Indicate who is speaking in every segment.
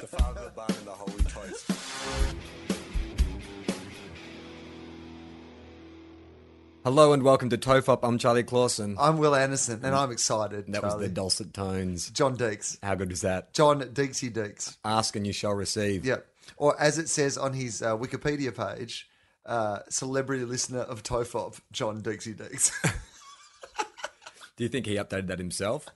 Speaker 1: The Father, the Bar, and the Holy Toast.
Speaker 2: Hello and welcome to Tofop. I'm Charlie Clausen.
Speaker 3: I'm Will Anderson, and I'm excited.
Speaker 2: that was
Speaker 3: Charlie.
Speaker 2: the dulcet tones.
Speaker 3: John Deeks.
Speaker 2: How good was that?
Speaker 3: John Deeksy Deeks.
Speaker 2: Ask and you shall receive.
Speaker 3: Yep. Or as it says on his uh, Wikipedia page, uh, celebrity listener of Tofop, John Deeksy Deeks.
Speaker 2: Do you think he updated that himself?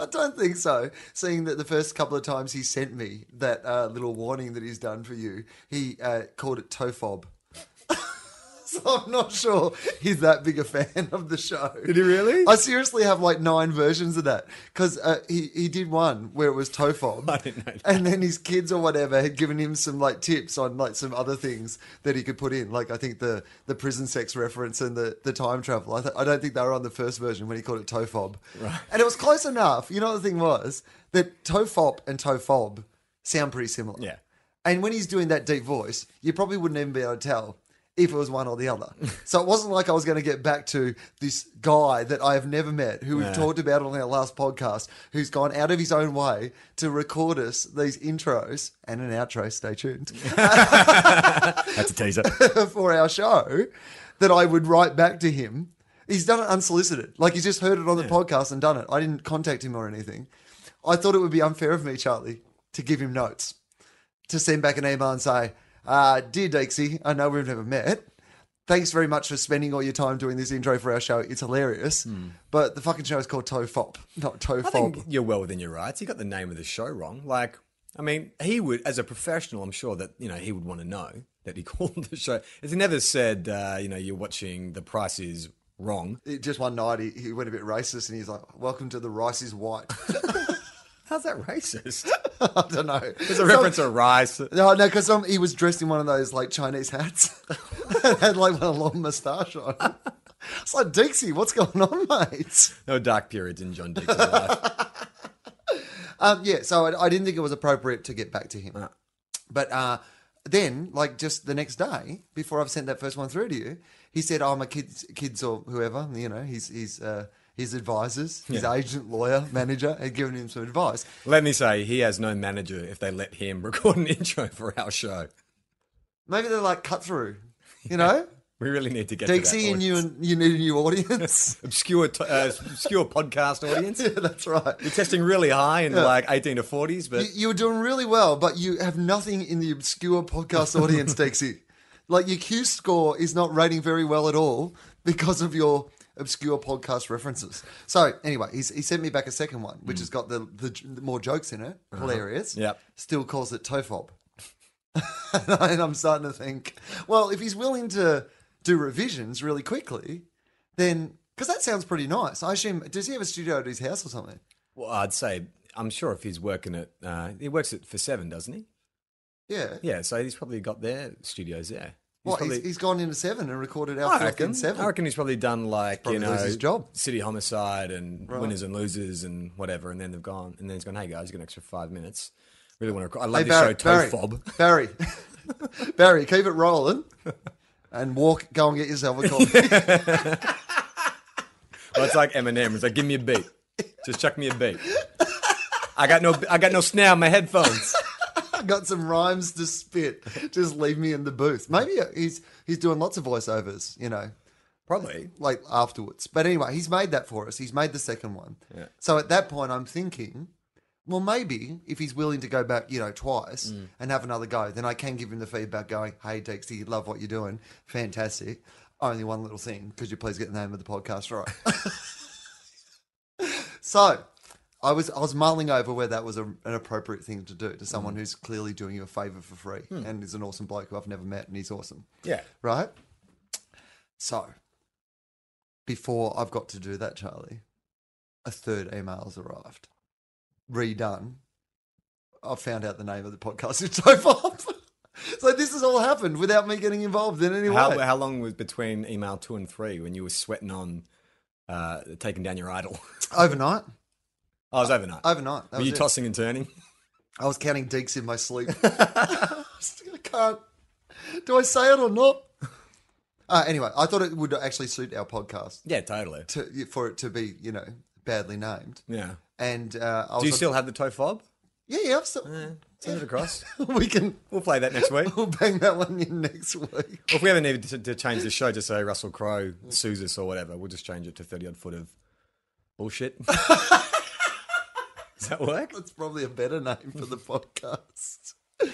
Speaker 3: I don't think so. Seeing that the first couple of times he sent me that uh, little warning that he's done for you, he uh, called it Tofob. so I'm not sure he's that big a fan of the show. Did
Speaker 2: he really?
Speaker 3: I seriously have like nine versions of that because uh, he he did one where it was Tofob.
Speaker 2: I didn't know that.
Speaker 3: And then his kids or whatever had given him some like tips on like some other things that he could put in. Like I think the the prison sex reference and the the time travel. I, th- I don't think they were on the first version when he called it tofob. Right. And it was close enough. You know what the thing was that tofop and tofob sound pretty similar.
Speaker 2: Yeah.
Speaker 3: And when he's doing that deep voice, you probably wouldn't even be able to tell if it was one or the other. so it wasn't like I was going to get back to this guy that I have never met, who we've talked about on our last podcast, who's gone out of his own way to record us these intros and an outro. Stay tuned
Speaker 2: That's a teaser.
Speaker 3: for our show. That I would write back to him. He's done it unsolicited. Like he's just heard it on the podcast and done it. I didn't contact him or anything. I thought it would be unfair of me, Charlie, to give him notes. to send back an email and say, uh, Dear Dixie, I know we've never met. Thanks very much for spending all your time doing this intro for our show. It's hilarious.
Speaker 2: Hmm.
Speaker 3: But the fucking show is called Tofop, not
Speaker 2: I
Speaker 3: Tofob.
Speaker 2: think you're well within your rights. He got the name of the show wrong. Like, I mean, he would, as a professional, I'm sure that, you know, he would want to know that he called the show. As he never said, uh, you know, you're watching The Price is Wrong.
Speaker 3: It- Just one night he, he went a bit racist and he's like, Welcome to the Rice is White.
Speaker 2: How's that racist?
Speaker 3: I don't know.
Speaker 2: There's a reference to rice.
Speaker 3: No, no, because he was dressed in one of those like Chinese hats and had like one long moustache on. It's like, Dixie, what's going on, mate?
Speaker 2: No dark periods in John Dee's life.
Speaker 3: Um, yeah, so I, I didn't think it was appropriate to get back to him. But uh, then, like just the next day, before I've sent that first one through to you, he said, "Oh, my kids, kids, or whoever, you know, his his uh, his advisors, his agent, lawyer, manager, had given him some advice."
Speaker 2: Let me say, he has no manager if they let him record an intro for our show.
Speaker 3: Maybe they're like cut through, you know.
Speaker 2: We really need to get
Speaker 3: Dixie
Speaker 2: to that
Speaker 3: and you
Speaker 2: audience.
Speaker 3: and you need a new audience.
Speaker 2: obscure t- uh, obscure podcast audience.
Speaker 3: yeah, that's right.
Speaker 2: You're testing really high in like 18 to 40s, but
Speaker 3: You, you were doing really well, but you have nothing in the obscure podcast audience, Dixie. Like your Q score is not rating very well at all because of your obscure podcast references. So anyway, he's, he sent me back a second one, which has got the, the, j- the more jokes in it. Hilarious.
Speaker 2: Hmm. Uh-huh. Yep.
Speaker 3: Still calls it tofob. and I'm starting to think, well, if he's willing to do revisions really quickly, then because that sounds pretty nice. I assume does he have a studio at his house or something?
Speaker 2: well, I'd say I'm sure if he's working at uh, he works at for seven, doesn't he?
Speaker 3: Yeah.
Speaker 2: Yeah, so he's probably got their studios there. He's
Speaker 3: What,
Speaker 2: probably-
Speaker 3: he's, he's gone into seven and recorded our
Speaker 2: I
Speaker 3: fucking
Speaker 2: reckon.
Speaker 3: seven.
Speaker 2: I reckon he's probably done like
Speaker 3: Probably
Speaker 2: you know
Speaker 3: lose his job.
Speaker 2: city homicide and
Speaker 3: Right.
Speaker 2: winners and losers and whatever, and then they've gone and then he's gone. Hey guys, you got an extra five minutes. Really want to. Record. I love
Speaker 3: Hey,
Speaker 2: this
Speaker 3: Barry,
Speaker 2: show,
Speaker 3: Barry,
Speaker 2: Tofob.
Speaker 3: Barry, Barry, keep it rolling and walk, go and get yourself a coffee.
Speaker 2: Well, it's like Eminem. It's like, give me a beat. Just chuck me a beat. I got no, I got no snare on my headphones.
Speaker 3: I got some rhymes to spit. Just leave me in the booth. Maybe he's he's doing lots of voiceovers, you know,
Speaker 2: Probably.
Speaker 3: like afterwards. But anyway, he's made that for us. He's made the second one.
Speaker 2: Yeah.
Speaker 3: So at that point, I'm thinking, well, maybe if he's willing to go back, you know, twice and have another go, then I can give him the feedback going, hey, Dexy, love what you're doing. Fantastic. Only one little thing. Could you please get the name of the podcast right? so I was I was mulling over where that was a, an appropriate thing to do to someone who's clearly doing you a favor for free and is an awesome bloke who I've never met and he's awesome,
Speaker 2: Yeah.
Speaker 3: right? So, before I've got to do that, Charlie, a third email's arrived, redone. I found out the name of the podcast in so far. so this has all happened without me getting involved in any
Speaker 2: How,
Speaker 3: way.
Speaker 2: how long was between email two and three when you were sweating on uh, taking down your idol?
Speaker 3: Overnight,
Speaker 2: I was overnight.
Speaker 3: overnight. Oh, That
Speaker 2: were
Speaker 3: was
Speaker 2: you
Speaker 3: it.
Speaker 2: tossing and turning?
Speaker 3: I was counting deeks in my sleep. I can't. Do I say it or not? Uh, anyway, I thought it would actually suit our podcast
Speaker 2: Yeah, totally.
Speaker 3: to, for it to be, you know, badly named.
Speaker 2: Yeah.
Speaker 3: And uh, I was
Speaker 2: Do you
Speaker 3: on-
Speaker 2: still have the toe fob?
Speaker 3: Yeah, yeah. I've still,
Speaker 2: Send it across.
Speaker 3: We can.
Speaker 2: We'll play that next week.
Speaker 3: We'll bang that one in next week.
Speaker 2: Or if we ever needed to, to change the show, just say Russell Crowe sues us or whatever. We'll just change it to 30 odd foot of bullshit. Does that work?
Speaker 3: That's probably a better name for the podcast.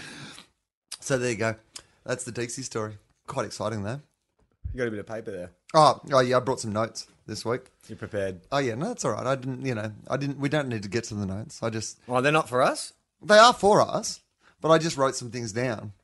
Speaker 3: So there you go. That's the Dixie story. Quite exciting though.
Speaker 2: You got a bit of paper there.
Speaker 3: Oh, oh yeah. I brought some notes this week.
Speaker 2: You prepared?
Speaker 3: Oh yeah, no, that's all right. I didn't, you know, I didn't. We don't need to get to the notes. I just
Speaker 2: Oh, they're not for us?
Speaker 3: They are for us, but I just wrote some things down.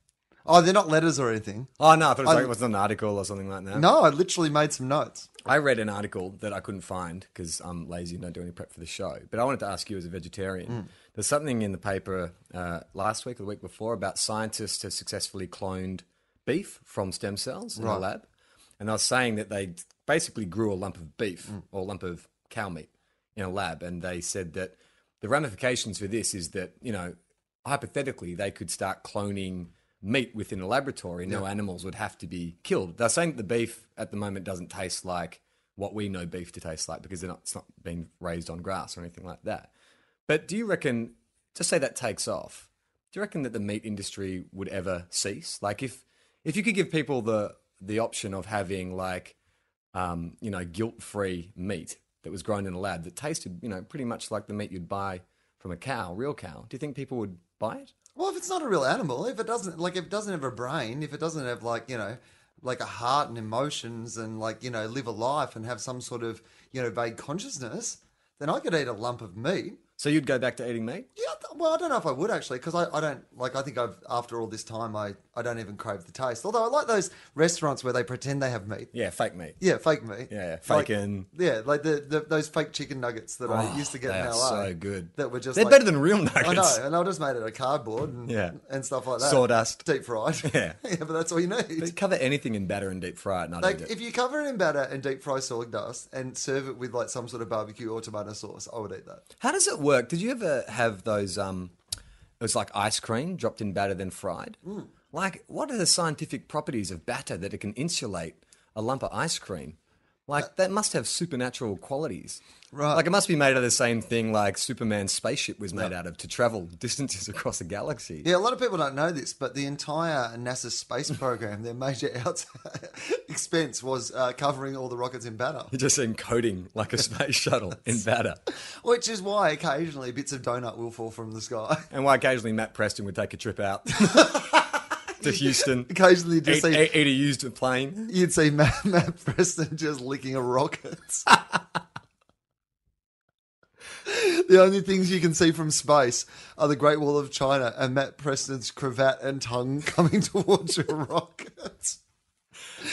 Speaker 3: Oh, they're not letters or anything.
Speaker 2: Oh, no, I thought it was, like,
Speaker 3: I-
Speaker 2: it was an article or something like that.
Speaker 3: No, I literally made some notes.
Speaker 2: I read an article that I couldn't find because I'm lazy and don't do any prep for the show. But I wanted to ask you as a vegetarian. There's something in the paper uh, last week or the week before about scientists have successfully cloned beef from stem cells in a
Speaker 3: Right.
Speaker 2: lab. And I was saying that they basically grew a lump of beef or lump of cow meat in a lab. And they said that the ramifications for this is that, you know, hypothetically, they could start cloning meat within a laboratory. No animals would have to be killed. They're saying that the beef at the moment doesn't taste like what we know beef to taste like because they're not, it's not being raised on grass or anything like that. But do you reckon, just say that takes off, do you reckon that the meat industry would ever cease? Like if if you could give people the the option of having like um, you know guilt free meat that was grown in a lab that tasted you know pretty much like the meat you'd buy from a cow, real cow, do you think people would buy it?
Speaker 3: Well, if it's not a real animal, if it doesn't like if it doesn't have a brain, if it doesn't have like, you know, like a heart and emotions and like, you know, live a life and have some sort of, you know, vague consciousness, then I could eat a lump of meat.
Speaker 2: So you'd go back to eating meat?
Speaker 3: Yeah, I th- well, I don't know if I would actually, because I, I don't like. I think I've after all this time, I, I don't even crave the taste. Although I like those restaurants where they pretend they have meat.
Speaker 2: Yeah, fake meat.
Speaker 3: Yeah, fake meat.
Speaker 2: Yeah,
Speaker 3: Like-
Speaker 2: faking.
Speaker 3: yeah, like the, the those fake chicken nuggets that I used to get
Speaker 2: Oh, Ah, they
Speaker 3: in
Speaker 2: are
Speaker 3: LA.
Speaker 2: so good.
Speaker 3: That were just
Speaker 2: They're
Speaker 3: like-
Speaker 2: better than real nuggets.
Speaker 3: I know, and I just made it a cardboard and
Speaker 2: Yeah.
Speaker 3: and stuff like that.
Speaker 2: Sawdust.
Speaker 3: deep fried.
Speaker 2: Yeah.
Speaker 3: yeah, but that's all you
Speaker 2: They
Speaker 3: need.
Speaker 2: cover anything in batter and deep fry it, and I
Speaker 3: Like
Speaker 2: do it.
Speaker 3: if you cover it in batter and deep fry sawdust and serve it with like some sort of barbecue or tomato sauce, I would eat that.
Speaker 2: How does it work? Did you ever have those? Um, it was like ice cream dropped in batter then fried.
Speaker 3: Mm.
Speaker 2: Like, what are the scientific properties of batter that it can insulate a lump of ice cream? Like, that must have supernatural qualities.
Speaker 3: Uh, Right.
Speaker 2: Like, it must be made out of the same thing like Superman's spaceship was made out of to travel distances across a galaxy.
Speaker 3: Yeah, a lot of people don't know this, but the entire NASA space program, their major out expense was uh, covering all the rockets in batter.
Speaker 2: You're just encoding like a space shuttle in batter.
Speaker 3: Which is why occasionally bits of donut will fall from the sky.
Speaker 2: And why occasionally Matt Preston would take a trip out to Houston,
Speaker 3: Occasionally, you
Speaker 2: eat,
Speaker 3: just see
Speaker 2: eat, eat a used plane.
Speaker 3: you'd see Matt, Matt Preston just licking a rocket. the only things you can see from space are the Great Wall of China and Matt Preston's cravat and tongue coming towards your rockets.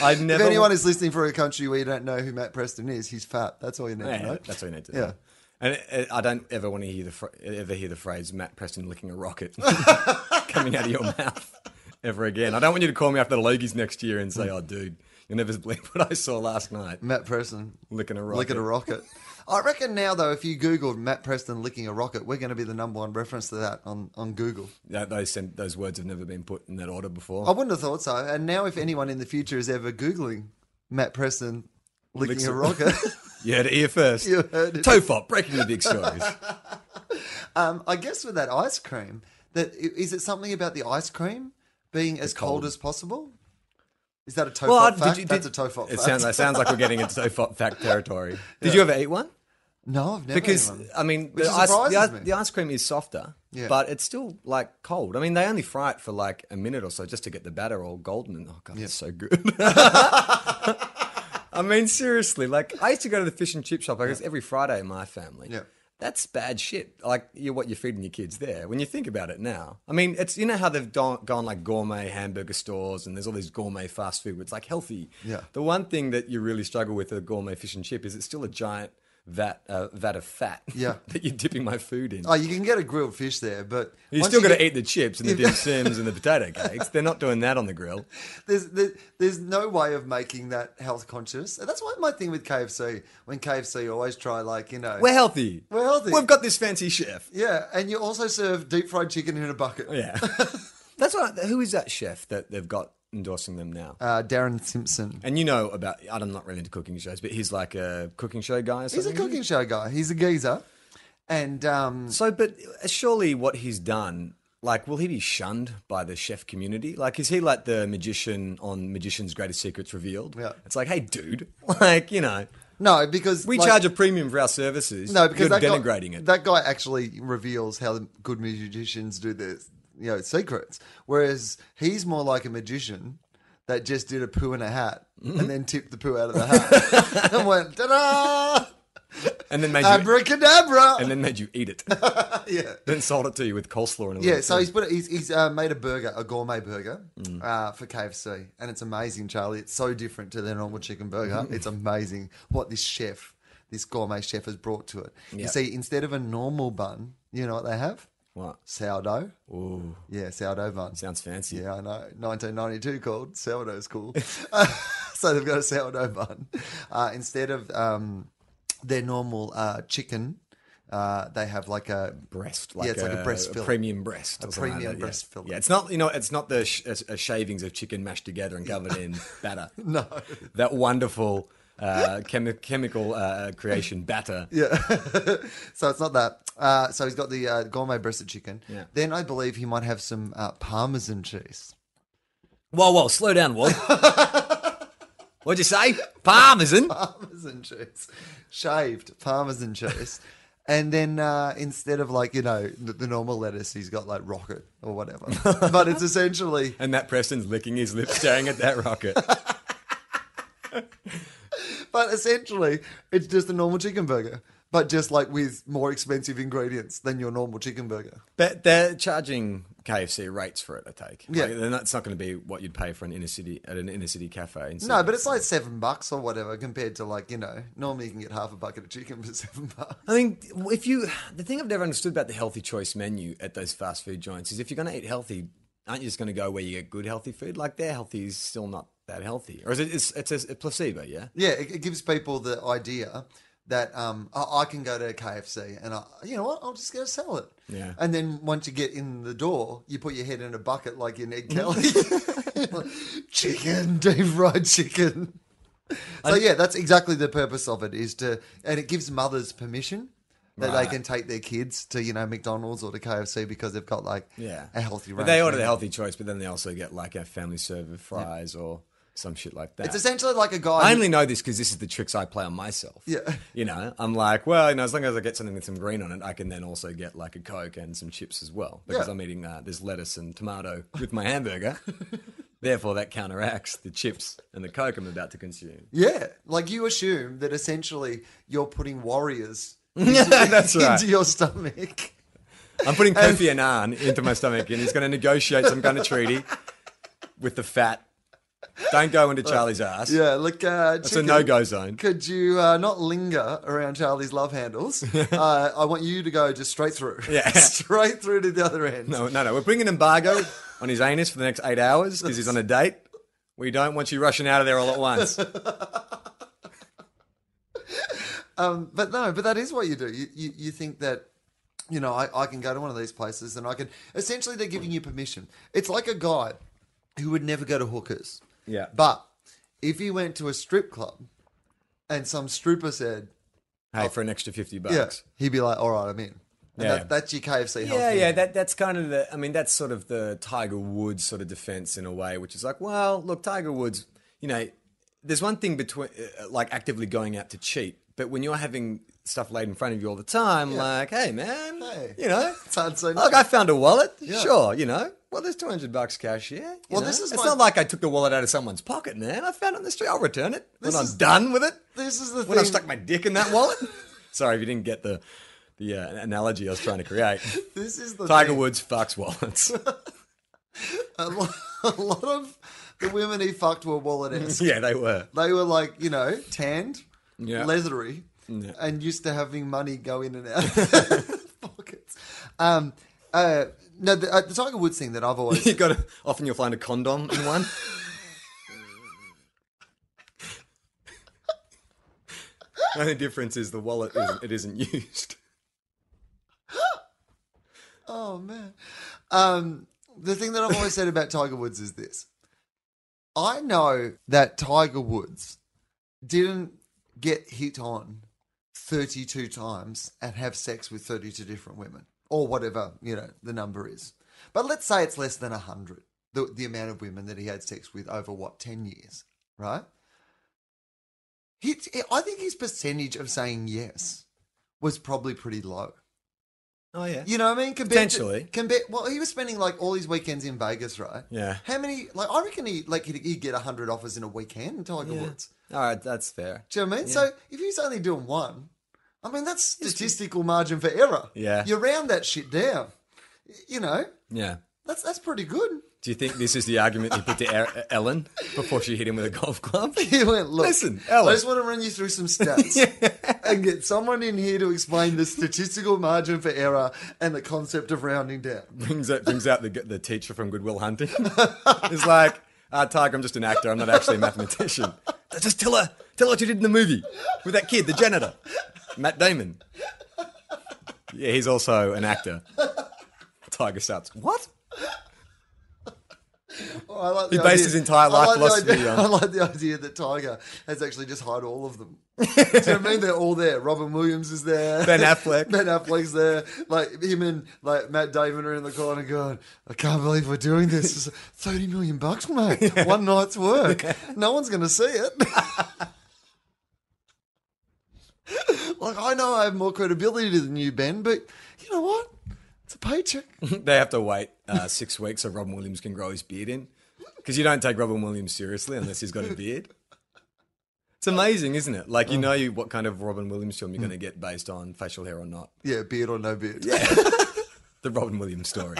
Speaker 2: I'd never.
Speaker 3: If anyone is listening from a country where you don't know who Matt Preston is, he's fat. That's all you need to
Speaker 2: Yeah,
Speaker 3: know.
Speaker 2: that's all you need to
Speaker 3: Yeah.
Speaker 2: know. And it- it- I don't ever want to hear the fr- ever hear the phrase Matt Preston licking a rocket coming out of your mouth ever again. I don't want you to call me after the Logies next year and say, "Oh, dude, you'll never believe what I saw last night
Speaker 3: Matt Preston
Speaker 2: licking a rocket."
Speaker 3: licking a rocket. I reckon now though, if you googled Matt Preston licking a rocket, we're going to be the number one reference to that on, on Google.
Speaker 2: That- those sen- those words have never been put in that order before.
Speaker 3: I wouldn't have thought so. And now, if anyone in the future is ever googling Matt Preston licking
Speaker 2: Licks
Speaker 3: a
Speaker 2: it.
Speaker 3: rocket,
Speaker 2: you heard it here first.
Speaker 3: You heard it.
Speaker 2: Tofop breaking the big stories.
Speaker 3: um, I guess with that ice cream, that i- is it something about the ice cream being as cold.
Speaker 2: cold.
Speaker 3: as possible? Is that a tofop
Speaker 2: Well, I-
Speaker 3: fact?
Speaker 2: did you-
Speaker 3: That's a
Speaker 2: did-
Speaker 3: tofop
Speaker 2: It
Speaker 3: fact.
Speaker 2: sounds, it sounds like we're getting into tofop fact territory. Did you ever eat one?
Speaker 3: no, I've never.
Speaker 2: because
Speaker 3: even-
Speaker 2: I mean,
Speaker 3: Which
Speaker 2: the ice, the,
Speaker 3: surprises
Speaker 2: ice,
Speaker 3: me.
Speaker 2: the ice cream is softer,
Speaker 3: Yeah.
Speaker 2: but it's still like cold. I mean, they only fry it for like a minute or so just to get the batter all golden, and oh god, it's so good. I mean, seriously, like I used to go to the fish and chip shop, I guess, every Friday in my family.
Speaker 3: Yeah.
Speaker 2: That's bad shit. Like you're what you're feeding your kids there. When you think about it now, I mean, it's you know how they've don- gone like gourmet hamburger stores and there's all these gourmet fast food. where It's like healthy.
Speaker 3: Yeah.
Speaker 2: The one thing that you really struggle with a gourmet fish and chip is it's still a giant vat uh, vat of fat.
Speaker 3: Yeah.
Speaker 2: that you're dipping my food in.
Speaker 3: Oh, you can get a grilled fish there, but
Speaker 2: you
Speaker 3: once
Speaker 2: still
Speaker 3: you
Speaker 2: got to
Speaker 3: get-
Speaker 2: eat the chips and the dim sims and the potato cakes. They're not doing that on the grill.
Speaker 3: There's, there, there's no way of making that health conscious. And That's why my thing with KFC, when KFC always try like, you know,
Speaker 2: We're healthy.
Speaker 3: We're healthy.
Speaker 2: We've got this fancy chef.
Speaker 3: yeah, and you also serve deep fried chicken in a bucket.
Speaker 2: Yeah. That's what. Who is that chef that they've got endorsing them now?
Speaker 3: Uh, Darren Simpson.
Speaker 2: And you know about I'm not really into cooking shows, but he's like a cooking show guy. Or
Speaker 3: He's a
Speaker 2: something, isn't
Speaker 3: cooking show guy. He's a geezer. And um,
Speaker 2: he? So, but uh, surely what he's done, like, will he be shunned by the chef community? Like, is he like the magician on Magician's Greatest Secrets Revealed?
Speaker 3: Yeah.
Speaker 2: It's like, hey, dude, like, you know,
Speaker 3: no, because
Speaker 2: we
Speaker 3: like-
Speaker 2: charge a premium for our services.
Speaker 3: no, because
Speaker 2: you're
Speaker 3: that guy-
Speaker 2: denigrating it.
Speaker 3: That guy actually reveals how good magicians do their you know secrets, whereas he's more like a magician that just did a poo in a hat
Speaker 2: Mm-hmm.
Speaker 3: and then tipped the poo out of the hat and went ta da.
Speaker 2: and then made you,
Speaker 3: Abracadabra!
Speaker 2: and then made you eat it.
Speaker 3: Uh, yeah,
Speaker 2: then sold it to you with coleslaw and all
Speaker 3: yeah.
Speaker 2: that
Speaker 3: So
Speaker 2: stuff.
Speaker 3: he's put he's, he's uh, made a burger, a gourmet burger,
Speaker 2: Mm.
Speaker 3: uh, for KFC, and it's amazing, Charlie. It's so different to their normal chicken
Speaker 2: Mm.
Speaker 3: burger. it's amazing what this chef, this gourmet chef, has brought to it. You
Speaker 2: Yeah.
Speaker 3: see, instead of a normal bun, you know what they have?
Speaker 2: what?
Speaker 3: Sourdough.
Speaker 2: Ooh,
Speaker 3: Yeah, sourdough bun.
Speaker 2: sounds fancy.
Speaker 3: Yeah, I know. 1992 called sourdough's cool. so they've got a sourdough bun. Uh, instead of um, their normal uh, chicken, uh, they have like a
Speaker 2: breast.
Speaker 3: Yeah,
Speaker 2: Like
Speaker 3: it's like a breast fillet.
Speaker 2: premium breast. or something like
Speaker 3: premium
Speaker 2: that,
Speaker 3: breast
Speaker 2: yeah.
Speaker 3: fillet.
Speaker 2: Yeah, it's not you know, it's not the sh- uh, uh, shavings of chicken mashed together and covered in batter.
Speaker 3: no.
Speaker 2: That wonderful uh, chemi- chemical uh, creation batter.
Speaker 3: Yeah. so it's not that. Uh, so he's got the uh, gourmet breasted chicken.
Speaker 2: Yeah.
Speaker 3: Then I believe he might have some uh, parmesan cheese.
Speaker 2: Whoa, whoa, slow down, Walt. What'd you say? Parmesan.
Speaker 3: Parmesan cheese. Shaved parmesan cheese. And then uh, instead of like, you know, the, the normal lettuce, he's got like rocket or whatever. but it's essentially
Speaker 2: And that Preston's licking his lips, staring at that rocket.
Speaker 3: But essentially, it's just a normal chicken burger, but just like with more expensive ingredients than your normal chicken burger.
Speaker 2: But they're charging KFC rates for it. I take.
Speaker 3: Yeah.
Speaker 2: like, they're not, it's not going to be what you'd pay for an inner city at an inner city cafe. in
Speaker 3: No,
Speaker 2: Sydney.
Speaker 3: but it's like seven bucks or whatever compared to like, you know, normally you can get half a bucket of chicken for seven bucks.
Speaker 2: I mean, if you, the thing I've never understood about the healthy choice menu at those fast food joints is if you're going to eat healthy, aren't you just going to go where you get good healthy food? Like their healthy is still not that healthy, or is it? It's, it's a, a placebo, yeah.
Speaker 3: Yeah, it, it gives people the idea that um, I, I can go to KFC and I, you know what, I'll just get a salad.
Speaker 2: Yeah.
Speaker 3: And then once you get in the door, you put your head in a bucket like in Ed Kelly. chicken, deep fried chicken. So yeah, that's exactly the purpose of it is to, and it gives mothers permission. That
Speaker 2: Right.
Speaker 3: they can take their kids to you know McDonald's or to KFC because they've got like
Speaker 2: Yeah,
Speaker 3: a healthy.
Speaker 2: But they
Speaker 3: range
Speaker 2: order the
Speaker 3: menu.
Speaker 2: healthy choice, but then they also get like a family serve of fries or some shit like that.
Speaker 3: It's essentially like a guy.
Speaker 2: I
Speaker 3: who-
Speaker 2: only know this because this is the tricks I play on myself.
Speaker 3: Yeah.
Speaker 2: You know, I'm like, well, you know, as long as I get something with some green on it, I can then also get like a Coke and some chips as well because
Speaker 3: Yeah.
Speaker 2: I'm eating uh, this lettuce and tomato with my hamburger. Therefore, that counteracts the chips and the Coke I'm about to consume.
Speaker 3: Yeah, like you assume that essentially you're putting warriors
Speaker 2: That's
Speaker 3: into
Speaker 2: right.
Speaker 3: your stomach.
Speaker 2: I'm putting Kofi Annan into my stomach and he's going to negotiate some kind of treaty with the fat. Don't go into Charlie's ass.
Speaker 3: Uh, Yeah, look, uh,
Speaker 2: It's a
Speaker 3: chicken,
Speaker 2: no go zone.
Speaker 3: Could you uh, not linger around Charlie's love handles? uh, I want you to go just straight through.
Speaker 2: Yeah.
Speaker 3: straight through to the other end.
Speaker 2: No, no, no. We're putting an embargo on his anus for the next eight hours because he's on a date. We don't want you rushing out of there all at once.
Speaker 3: But no, but that is what you do. You you, you think that. You know, I, I can go to one of these places and I can essentially they're giving you permission. It's like a guy who would never go to hookers.
Speaker 2: Yeah.
Speaker 3: But if he went to a strip club and some stripper said,
Speaker 2: Hey, for an extra 50
Speaker 3: Yeah.
Speaker 2: bucks.
Speaker 3: He'd be like, all right, I'm in.
Speaker 2: Yeah.
Speaker 3: And that, that's your KFC health.
Speaker 2: Yeah,
Speaker 3: menu.
Speaker 2: yeah, that, that's kind of the, I mean, that's sort of the Tiger Woods sort of defense in a way, which is like, well, look, Tiger Woods, you know, there's one thing between, uh, like, actively going out to cheat, but when you're having stuff laid in front of you all the time, like, hey, man,
Speaker 3: Hey.
Speaker 2: you know,
Speaker 3: It's hard to say no.
Speaker 2: look, I found a wallet,
Speaker 3: Yeah.
Speaker 2: sure, you know, well, there's 200 bucks cash here. you
Speaker 3: Well,
Speaker 2: know.
Speaker 3: this is
Speaker 2: it's
Speaker 3: my-
Speaker 2: not like I took the wallet out of someone's pocket, man. I found it on the street, I'll return it when
Speaker 3: is-
Speaker 2: I'm done with it.
Speaker 3: This is the
Speaker 2: when
Speaker 3: thing.
Speaker 2: I stuck my dick in that wallet. Sorry if you didn't get the the yeah, an analogy I was trying to create.
Speaker 3: This is the
Speaker 2: Tiger
Speaker 3: thing.
Speaker 2: Woods fucks wallets.
Speaker 3: A lo- a lot of the women he fucked were wallet esque.
Speaker 2: yeah, they were.
Speaker 3: They were like, you know, tanned,
Speaker 2: Yeah.
Speaker 3: leathery, and used to having money go in and out of their pockets. Um, uh, no, the, uh, the Tiger Woods thing that I've always.
Speaker 2: You got to, often you'll find a condom in one. the only difference is the wallet isn't, it isn't used.
Speaker 3: Oh, man. Um, the thing that I've always said about Tiger Woods is this I know that Tiger Woods didn't get hit on 32 times and have sex with 32 different women or whatever, you know, the number is. But let's say it's less than 100, the, the amount of women that he had sex with over what, 10 years, right? He, I think his percentage of saying yes was probably pretty low.
Speaker 2: Oh yeah.
Speaker 3: You know what I mean? Compared to-
Speaker 2: Potentially.
Speaker 3: compared, well, he was spending like all his weekends in Vegas, right?
Speaker 2: Yeah.
Speaker 3: How many? Like, I reckon he like he'd, he'd get hundred offers in a weekend. Tiger Woods.
Speaker 2: All right, that's fair.
Speaker 3: Do you know what I mean? So if he's only doing one, I mean that's statistical margin for error.
Speaker 2: Yeah.
Speaker 3: You round that shit down. You know,
Speaker 2: Yeah.
Speaker 3: that's that's pretty good.
Speaker 2: Do you think this is the argument he put to Er- Ellen before she hit him with a golf club?
Speaker 3: He went, look,
Speaker 2: Listen,
Speaker 3: I
Speaker 2: Ellen.
Speaker 3: just want to run you through some stats and get someone in here to explain the statistical margin for error and the concept of rounding down.
Speaker 2: brings out, brings out the, the teacher from Goodwill Hunting. It's like, uh, Tiger, I'm just an actor. I'm not actually a mathematician. Just tell her, tell her what you did in the movie with that kid, the janitor, Matt Damon. Yeah, he's also an actor. Tiger starts. What?
Speaker 3: Oh, I like
Speaker 2: He
Speaker 3: the
Speaker 2: based
Speaker 3: idea-
Speaker 2: his entire life
Speaker 3: I like
Speaker 2: philosophy
Speaker 3: The idea,
Speaker 2: on-
Speaker 3: I like the idea that Tiger has actually just hired all of them. Do you know what I mean? They're all there. Robin Williams is there.
Speaker 2: Ben Affleck.
Speaker 3: Ben Affleck's there. Like him and like Matt Damon are in the corner going, "I can't believe we're doing this. It's Thirty million bucks, mate. One night's work. No one's going to see it." like I know I have more credibility than you, Ben, but you know what? It's a paycheck.
Speaker 2: They have to wait uh, six weeks so Robin Williams can grow his beard in, because you don't take Robin Williams seriously unless he's got a beard. It's amazing, isn't it? Like you know you, what kind of Robin Williams film you're going to get based on facial hair or not.
Speaker 3: Yeah, beard or no beard.
Speaker 2: the Robin Williams story.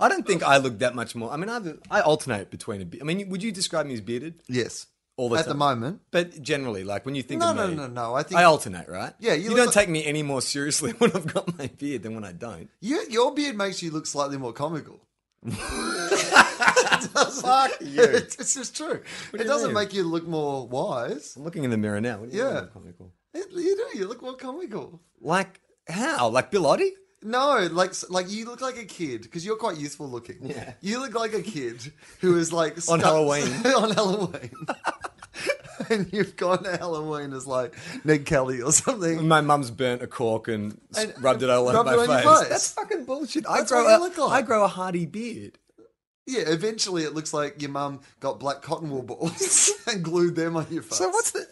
Speaker 2: I don't think I look that much more. I mean, I've, I alternate between a bit. I mean, would you describe me as bearded
Speaker 3: Yes.
Speaker 2: all the
Speaker 3: At
Speaker 2: time?
Speaker 3: the moment.
Speaker 2: but generally, like when you think
Speaker 3: No,
Speaker 2: of
Speaker 3: no,
Speaker 2: me,
Speaker 3: no, no, I think-
Speaker 2: I alternate, right?
Speaker 3: Yeah, you
Speaker 2: you,
Speaker 3: look
Speaker 2: don't
Speaker 3: like-
Speaker 2: take me any more seriously when I've got my beard than when I don't.
Speaker 3: You, your beard makes you look slightly more comical.
Speaker 2: Fuck you!
Speaker 3: It's, it's just true.
Speaker 2: do
Speaker 3: It
Speaker 2: you
Speaker 3: doesn't
Speaker 2: mean?
Speaker 3: make you look more wise.
Speaker 2: I'm looking in the mirror now. What do you
Speaker 3: Yeah.
Speaker 2: mean, comical?
Speaker 3: It, you do. You look more comical.
Speaker 2: Like how? Like Bill Oddie?
Speaker 3: No, like like you look like a kid because you're quite youthful looking. Yeah. You look like a kid who is like
Speaker 2: On
Speaker 3: stuck-
Speaker 2: Halloween.
Speaker 3: on Halloween. and you've gone to Halloween as like Ned Kelly or something.
Speaker 2: My mum's burnt a cork and, s-
Speaker 3: And-
Speaker 2: rubbed it all over
Speaker 3: rubbed
Speaker 2: my
Speaker 3: it on
Speaker 2: face.
Speaker 3: your face.
Speaker 2: That's fucking bullshit. I
Speaker 3: That's
Speaker 2: grow
Speaker 3: what you
Speaker 2: a,
Speaker 3: look like.
Speaker 2: I grow a hardy beard.
Speaker 3: Yeah. Eventually, it looks like your mum got black cotton wool balls and glued them on your face.
Speaker 2: So what's the?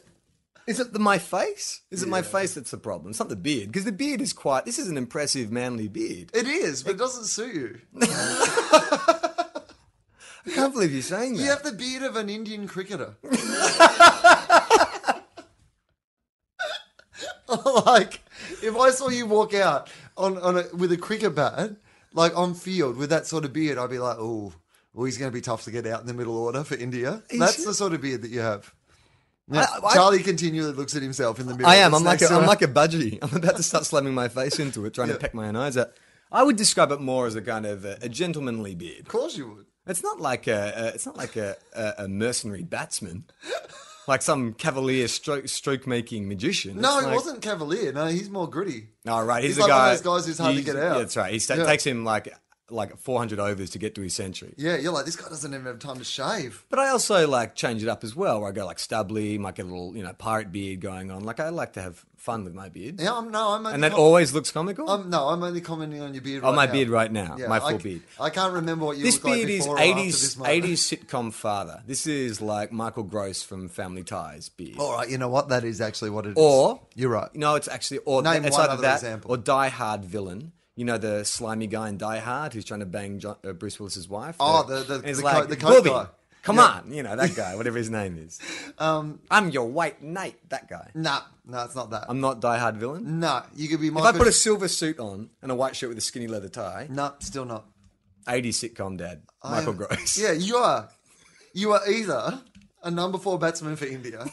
Speaker 2: Is it the, my face? Is it my face that's the problem? It's not the beard because the beard is quite. This is an impressive manly beard.
Speaker 3: It is, but it doesn't suit you.
Speaker 2: I can't believe you're saying that.
Speaker 3: You have the beard of an Indian cricketer. like, if I saw you walk out on, on a, with a cricket bat, like on field with that sort of beard, I'd be like, oh, well, he's going to be tough to get out in the middle order for India. That's the sort of beard that you have.
Speaker 2: I- I-
Speaker 3: Charlie continually looks at himself in the mirror.
Speaker 2: I am. I'm
Speaker 3: It's
Speaker 2: like a,
Speaker 3: next to
Speaker 2: I'm
Speaker 3: him.
Speaker 2: like a budgie. I'm about to start slamming my face into it, trying to peck my own eyes out. I would describe it more as a kind of a, a gentlemanly beard.
Speaker 3: Of course you would.
Speaker 2: It's not like a, a it's not like a, a, a mercenary batsman, like some cavalier stroke stroke making magician.
Speaker 3: No,
Speaker 2: It's
Speaker 3: he
Speaker 2: like-
Speaker 3: wasn't cavalier. No, he's more gritty.
Speaker 2: Oh, right. He's,
Speaker 3: He's
Speaker 2: the
Speaker 3: like one
Speaker 2: guy.
Speaker 3: of those guys who's hard to
Speaker 2: he's-
Speaker 3: get out.
Speaker 2: yeah, that's right. He sta
Speaker 3: Yeah.
Speaker 2: takes him like like 400 overs to get to his century.
Speaker 3: Yeah, you're like, this guy doesn't even have time to shave.
Speaker 2: But I also like change it up as well, where I go like stubbly, might get a little you know pirate beard going on. Like I like to have fun with my beard,
Speaker 3: Yeah, I'm, no, I'm only
Speaker 2: and that
Speaker 3: com-
Speaker 2: always looks comical.
Speaker 3: I'm, no, I'm only commenting on your beard.
Speaker 2: oh,
Speaker 3: right
Speaker 2: my
Speaker 3: now.
Speaker 2: beard right now, my
Speaker 3: I
Speaker 2: full
Speaker 3: c-
Speaker 2: beard.
Speaker 3: I can't remember what you
Speaker 2: This
Speaker 3: look like
Speaker 2: beard is
Speaker 3: before or after
Speaker 2: 80s
Speaker 3: this moment.
Speaker 2: 80s sitcom father. This is like Michael Gross from Family Ties beard.
Speaker 3: All right, you know what? That is actually what it is.
Speaker 2: Or
Speaker 3: you're right.
Speaker 2: No, it's actually or
Speaker 3: Name
Speaker 2: it's
Speaker 3: one
Speaker 2: either
Speaker 3: other
Speaker 2: that
Speaker 3: example.
Speaker 2: or Die Hard villain. You know the slimy guy in Die Hard who's trying to bang John, uh, Bruce Willis's wife.
Speaker 3: Oh,
Speaker 2: Uh,
Speaker 3: the- the-
Speaker 2: and it's
Speaker 3: the co- the coke
Speaker 2: Bobby,
Speaker 3: guy.
Speaker 2: Come on, you know that guy, whatever his name is. Um, I'm your white knight. That guy.
Speaker 3: Nah, nah, it's not that.
Speaker 2: I'm not diehard villain.
Speaker 3: nah, you could be
Speaker 2: If I
Speaker 3: Michael.
Speaker 2: put a silver suit on and a white shirt with a skinny leather tie,
Speaker 3: nah, still not.
Speaker 2: 80s sitcom dad, Michael Gross.
Speaker 3: Yeah, you are. You are either a number four batsman for India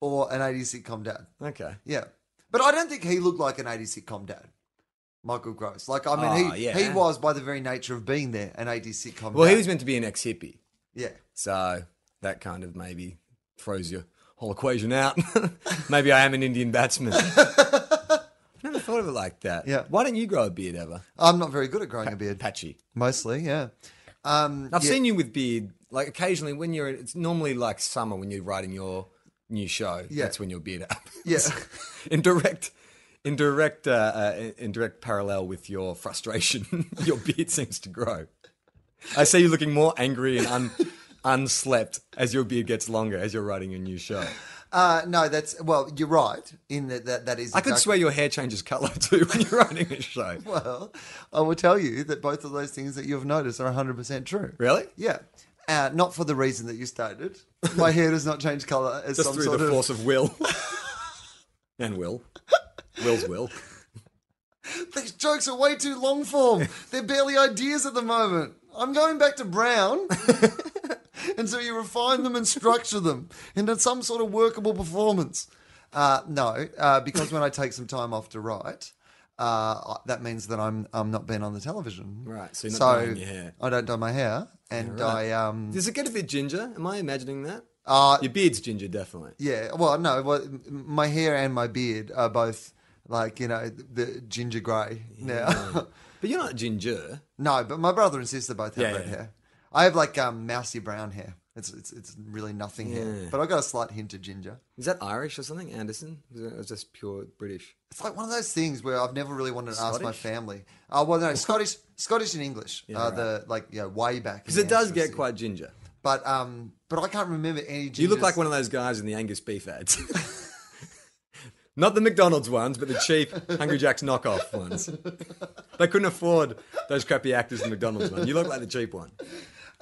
Speaker 3: or an 80s sitcom dad.
Speaker 2: Okay.
Speaker 3: Yeah. But I don't think he looked like an 80s sitcom dad. Michael Gross. Like, I mean,
Speaker 2: Ah,
Speaker 3: he,
Speaker 2: yeah.
Speaker 3: he was, by the very nature of being there, an 80s sitcom
Speaker 2: Well,
Speaker 3: dad.
Speaker 2: he was meant to be an ex hippie,
Speaker 3: Yeah.
Speaker 2: so that kind of maybe throws your whole equation out. maybe I am an Indian batsman. Never thought of it like that.
Speaker 3: Yeah.
Speaker 2: Why don't you grow a beard ever?
Speaker 3: I'm not very good at growing a beard.
Speaker 2: Patchy.
Speaker 3: Mostly, yeah. Um,
Speaker 2: I've
Speaker 3: yeah.
Speaker 2: seen you with beard, like occasionally when you're. It's normally like summer when you're writing your new show.
Speaker 3: Yeah.
Speaker 2: That's when your beard happens.
Speaker 3: Yeah.
Speaker 2: in direct, in direct, uh, uh, in direct parallel with your frustration, your beard seems to grow. I see you looking more angry and un, unslept as your beard gets longer as you're writing your new show.
Speaker 3: Uh, no, that's, well, you're right in that that, that is.
Speaker 2: I could
Speaker 3: exactly-
Speaker 2: swear your hair changes colour too when you're writing a show.
Speaker 3: Well, I will tell you that both of those things that you've noticed are 100% true.
Speaker 2: Really?
Speaker 3: Yeah. Uh, not for the reason that you stated. My hair does not change colour as
Speaker 2: Just
Speaker 3: some
Speaker 2: through
Speaker 3: sort
Speaker 2: the
Speaker 3: of.
Speaker 2: force of will. and will. Will's will.
Speaker 3: These jokes are way too long form. They're barely ideas at the moment. I'm going back to Brown. and so you refine them and structure them into some sort of workable performance. Uh, no, uh, because when I take some time off to write, uh, that means that I'm I'm not being on the television.
Speaker 2: Right, so you're not dyeing your hair.
Speaker 3: I don't dye my hair, and I um
Speaker 2: Does it get a bit ginger? Am I imagining that?
Speaker 3: uh,
Speaker 2: Your beard's ginger, definitely.
Speaker 3: Yeah, well, no, well, m- my hair and my beard are both like you know the ginger grey now.
Speaker 2: But you're not ginger.
Speaker 3: no, but my brother and sister both have
Speaker 2: Yeah,
Speaker 3: red
Speaker 2: yeah.
Speaker 3: hair. I have like um, mousy brown hair. It's it's it's really nothing hair, but I got a slight hint of ginger.
Speaker 2: Is that Irish or something? Anderson? Is it- It's just pure British.
Speaker 3: It's like one of those things where I've never really wanted to ask my
Speaker 2: Scottish?
Speaker 3: family. Oh well, no, Scottish, Scottish and English are the like you know, way back.
Speaker 2: Because it does get quite ginger.
Speaker 3: but um, but I can't remember any. Gingers.
Speaker 2: You look like one of those guys in the Angus beef ads. Not the McDonald's ones, but the cheap Hungry Jack's knockoff ones. They couldn't afford those crappy actors in the McDonald's one. You look like the cheap one.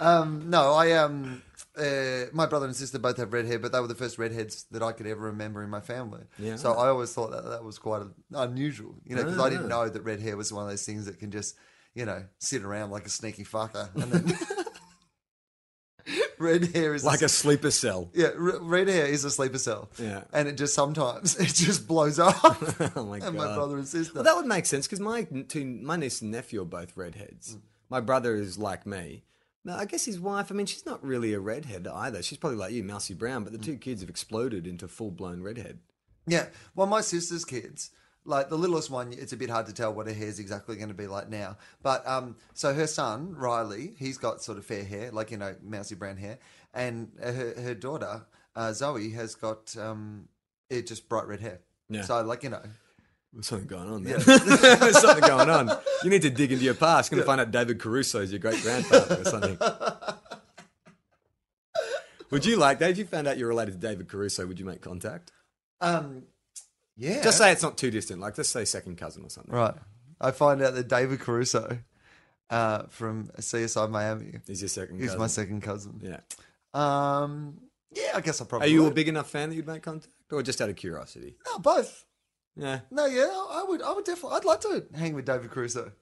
Speaker 3: No, I um, uh, my brother and sister both have red hair, but they were the first redheads that I could ever remember in my family.
Speaker 2: Yeah.
Speaker 3: So I always thought that that was quite unusual, you know, because I didn't
Speaker 2: Ah.
Speaker 3: know that red hair was one of those things that can just, you know, sit around like a sneaky fucker. And then red hair is
Speaker 2: Like a sleeper cell.
Speaker 3: yeah, re- red hair is a sleeper cell.
Speaker 2: Yeah.
Speaker 3: and it just sometimes it just blows up.
Speaker 2: Oh my
Speaker 3: and
Speaker 2: god.
Speaker 3: my brother and sister.
Speaker 2: Well, that would make sense because my two, my niece and nephew are both redheads. My brother is like me. Now, I guess his wife. I mean, she's not really a redhead either. She's probably like you, Mousy Brown. But the two kids have exploded into full blown redhead.
Speaker 3: Yeah. Well, my sister's kids, like the littlest one, it's a bit hard to tell what her hair's exactly going to be like now. But um, so her son Riley, he's got sort of fair hair, like you know, mousy brown hair, and uh, her her daughter uh, Zoe has got um, it just bright red hair.
Speaker 2: Yeah.
Speaker 3: So like you know,
Speaker 2: There's something going on there. There's something going on. You need to dig into your past. You're going to find out David Caruso is your great grandfather or something. Would you like that? If you found out you're related to David Caruso, would you make contact?
Speaker 3: um, yeah.
Speaker 2: Just say it's not too distant. Like, just say second cousin or something.
Speaker 3: right. I find out that David Caruso uh, from CSI Miami
Speaker 2: He's your second
Speaker 3: is
Speaker 2: cousin.
Speaker 3: my second cousin.
Speaker 2: yeah.
Speaker 3: Um, yeah, I guess I
Speaker 2: Are
Speaker 3: probably
Speaker 2: you a
Speaker 3: would.
Speaker 2: big enough fan that you'd make contact, or just out of curiosity?
Speaker 3: no both.
Speaker 2: Yeah.
Speaker 3: No, Oh, yeah, I I would, I would definitely, I'd like to hang with David Crusoe.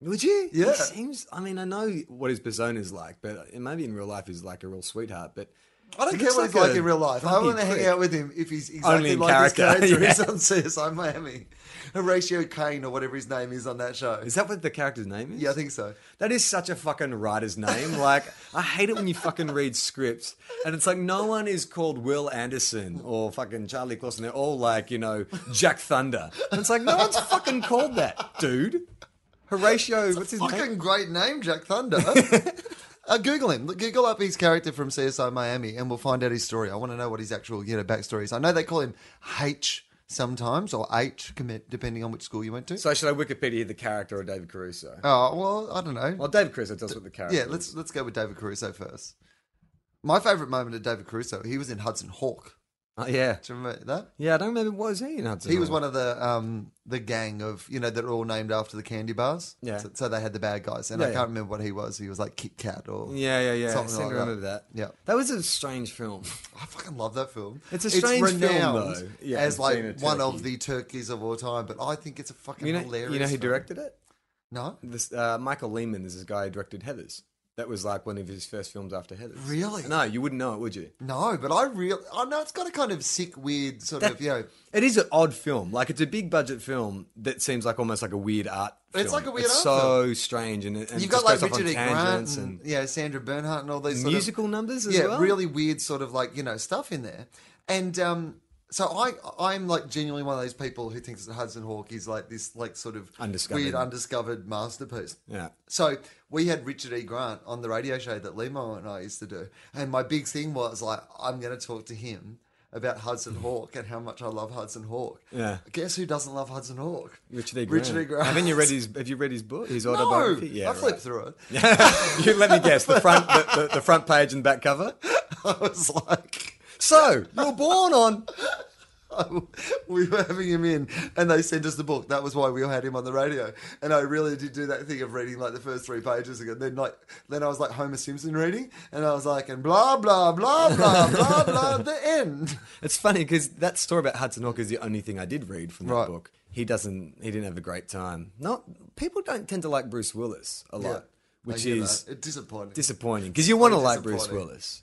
Speaker 2: Would you?
Speaker 3: Yeah.
Speaker 2: He seems. I mean, I know what his persona is like, but and maybe in real life he's like a real sweetheart. But
Speaker 3: I don't
Speaker 2: He
Speaker 3: care
Speaker 2: looks
Speaker 3: what he's
Speaker 2: like
Speaker 3: like
Speaker 2: a
Speaker 3: in real life. I
Speaker 2: grumpy
Speaker 3: want to hang
Speaker 2: prick.
Speaker 3: out with him if he's
Speaker 2: Only
Speaker 3: exactly
Speaker 2: in
Speaker 3: like his
Speaker 2: character,
Speaker 3: character is
Speaker 2: yeah.
Speaker 3: on CSI Miami. Horatio Kane or whatever his name is on that show.
Speaker 2: is that what the character's name is?
Speaker 3: Yeah, I think so.
Speaker 2: That is such a fucking writer's name. Like, I hate it when you fucking read scripts and it's like no one is called Will Anderson or fucking Charlie Clausen. They're all like, you know, Jack Thunder. And it's like no one's fucking called that, dude. Horatio, what's his name?
Speaker 3: Fucking great name, Jack Thunder. uh, Google him. Look, Google up his character from CSI Miami and we'll find out his story. I want to know what his actual you know, backstory is. I know they call him H sometimes or H, commit- depending on which school you went to.
Speaker 2: So should I Wikipedia the character or David Caruso?
Speaker 3: oh, well, I don't know.
Speaker 2: Well, David Caruso does what the character.
Speaker 3: Yeah, let's let's go with David Caruso first. My favorite moment of David Caruso, he was in Hudson Hawk.
Speaker 2: Oh, yeah.
Speaker 3: Do you remember that?
Speaker 2: Yeah, I don't remember. What was he in Hudson
Speaker 3: He was
Speaker 2: Hall?
Speaker 3: one of the um, the gang of you know that are all named after the candy bars.
Speaker 2: Yeah.
Speaker 3: So, so they had the bad guys, and
Speaker 2: Yeah,
Speaker 3: I
Speaker 2: yeah.
Speaker 3: can't remember what he was. He was like Kit Kat or
Speaker 2: Yeah, yeah, yeah. I
Speaker 3: Something
Speaker 2: seem
Speaker 3: like
Speaker 2: to
Speaker 3: that.
Speaker 2: remember that.
Speaker 3: Yeah.
Speaker 2: That was a strange film.
Speaker 3: I fucking love that film.
Speaker 2: It's a strange film,
Speaker 3: renowned
Speaker 2: though. Yeah,
Speaker 3: as
Speaker 2: I've seen
Speaker 3: like
Speaker 2: it,
Speaker 3: one of
Speaker 2: Turkey.
Speaker 3: the turkeys of all time. But I think it's a fucking
Speaker 2: You know,
Speaker 3: hilarious.
Speaker 2: you know who
Speaker 3: film.
Speaker 2: directed it?
Speaker 3: No,
Speaker 2: This uh, Michael Lehman is this guy who directed Heather's. That was like one of his first films after Heather's.
Speaker 3: Really?
Speaker 2: No, you wouldn't know it, would you?
Speaker 3: no, but I really. I know it's got a kind of sick, weird sort
Speaker 2: That-
Speaker 3: of you know.
Speaker 2: It is an odd film. Like it's a big budget film that seems like almost like a weird art.
Speaker 3: It's
Speaker 2: film.
Speaker 3: like a weird
Speaker 2: It's
Speaker 3: art
Speaker 2: so strange, and, it, and it
Speaker 3: You've got like
Speaker 2: just goes
Speaker 3: Richard E.
Speaker 2: off on
Speaker 3: Grant
Speaker 2: tangents
Speaker 3: and,
Speaker 2: and,
Speaker 3: yeah, Sandra Bernhardt and all these sort of-
Speaker 2: musical numbers as
Speaker 3: yeah,
Speaker 2: well.
Speaker 3: really weird sort of like you know stuff in there. And um, so I, I'm like genuinely one of those people who thinks that Hudson Hawk is like this like sort of
Speaker 2: Undiscovered.
Speaker 3: weird undiscovered masterpiece.
Speaker 2: Yeah.
Speaker 3: So we had Richard E. Grant on the radio show that Limo and I used to do, and my big thing was like I'm going to talk to him about Hudson Hawk and how much I love Hudson Hawk.
Speaker 2: Yeah.
Speaker 3: Guess who doesn't love Hudson Hawk?
Speaker 2: Richard E. Grant.
Speaker 3: Richard E. Grant.
Speaker 2: Haven't you read his? Have you read his book? His
Speaker 3: No,
Speaker 2: autobiography.
Speaker 3: I
Speaker 2: right.
Speaker 3: flipped through it.
Speaker 2: you let me guess the front the, the, the front page and back cover
Speaker 3: I was like.
Speaker 2: so you were born on
Speaker 3: we were having him in and they sent us the book. That was why we all had him on the radio. And I really did do that thing of reading like the first three pages again. Then like then I was like Homer Simpson reading and I was like and blah blah blah blah blah blah the end.
Speaker 2: it's funny because that story about hudson hawk is the only thing i did read from that
Speaker 3: Right.
Speaker 2: book he doesn't he didn't have a great time not people don't tend to like bruce willis a lot
Speaker 3: Yeah, I
Speaker 2: which
Speaker 3: hear that.
Speaker 2: is
Speaker 3: It's disappointing.
Speaker 2: disappointing because you want to
Speaker 3: Very
Speaker 2: like bruce
Speaker 3: disappointing.
Speaker 2: willis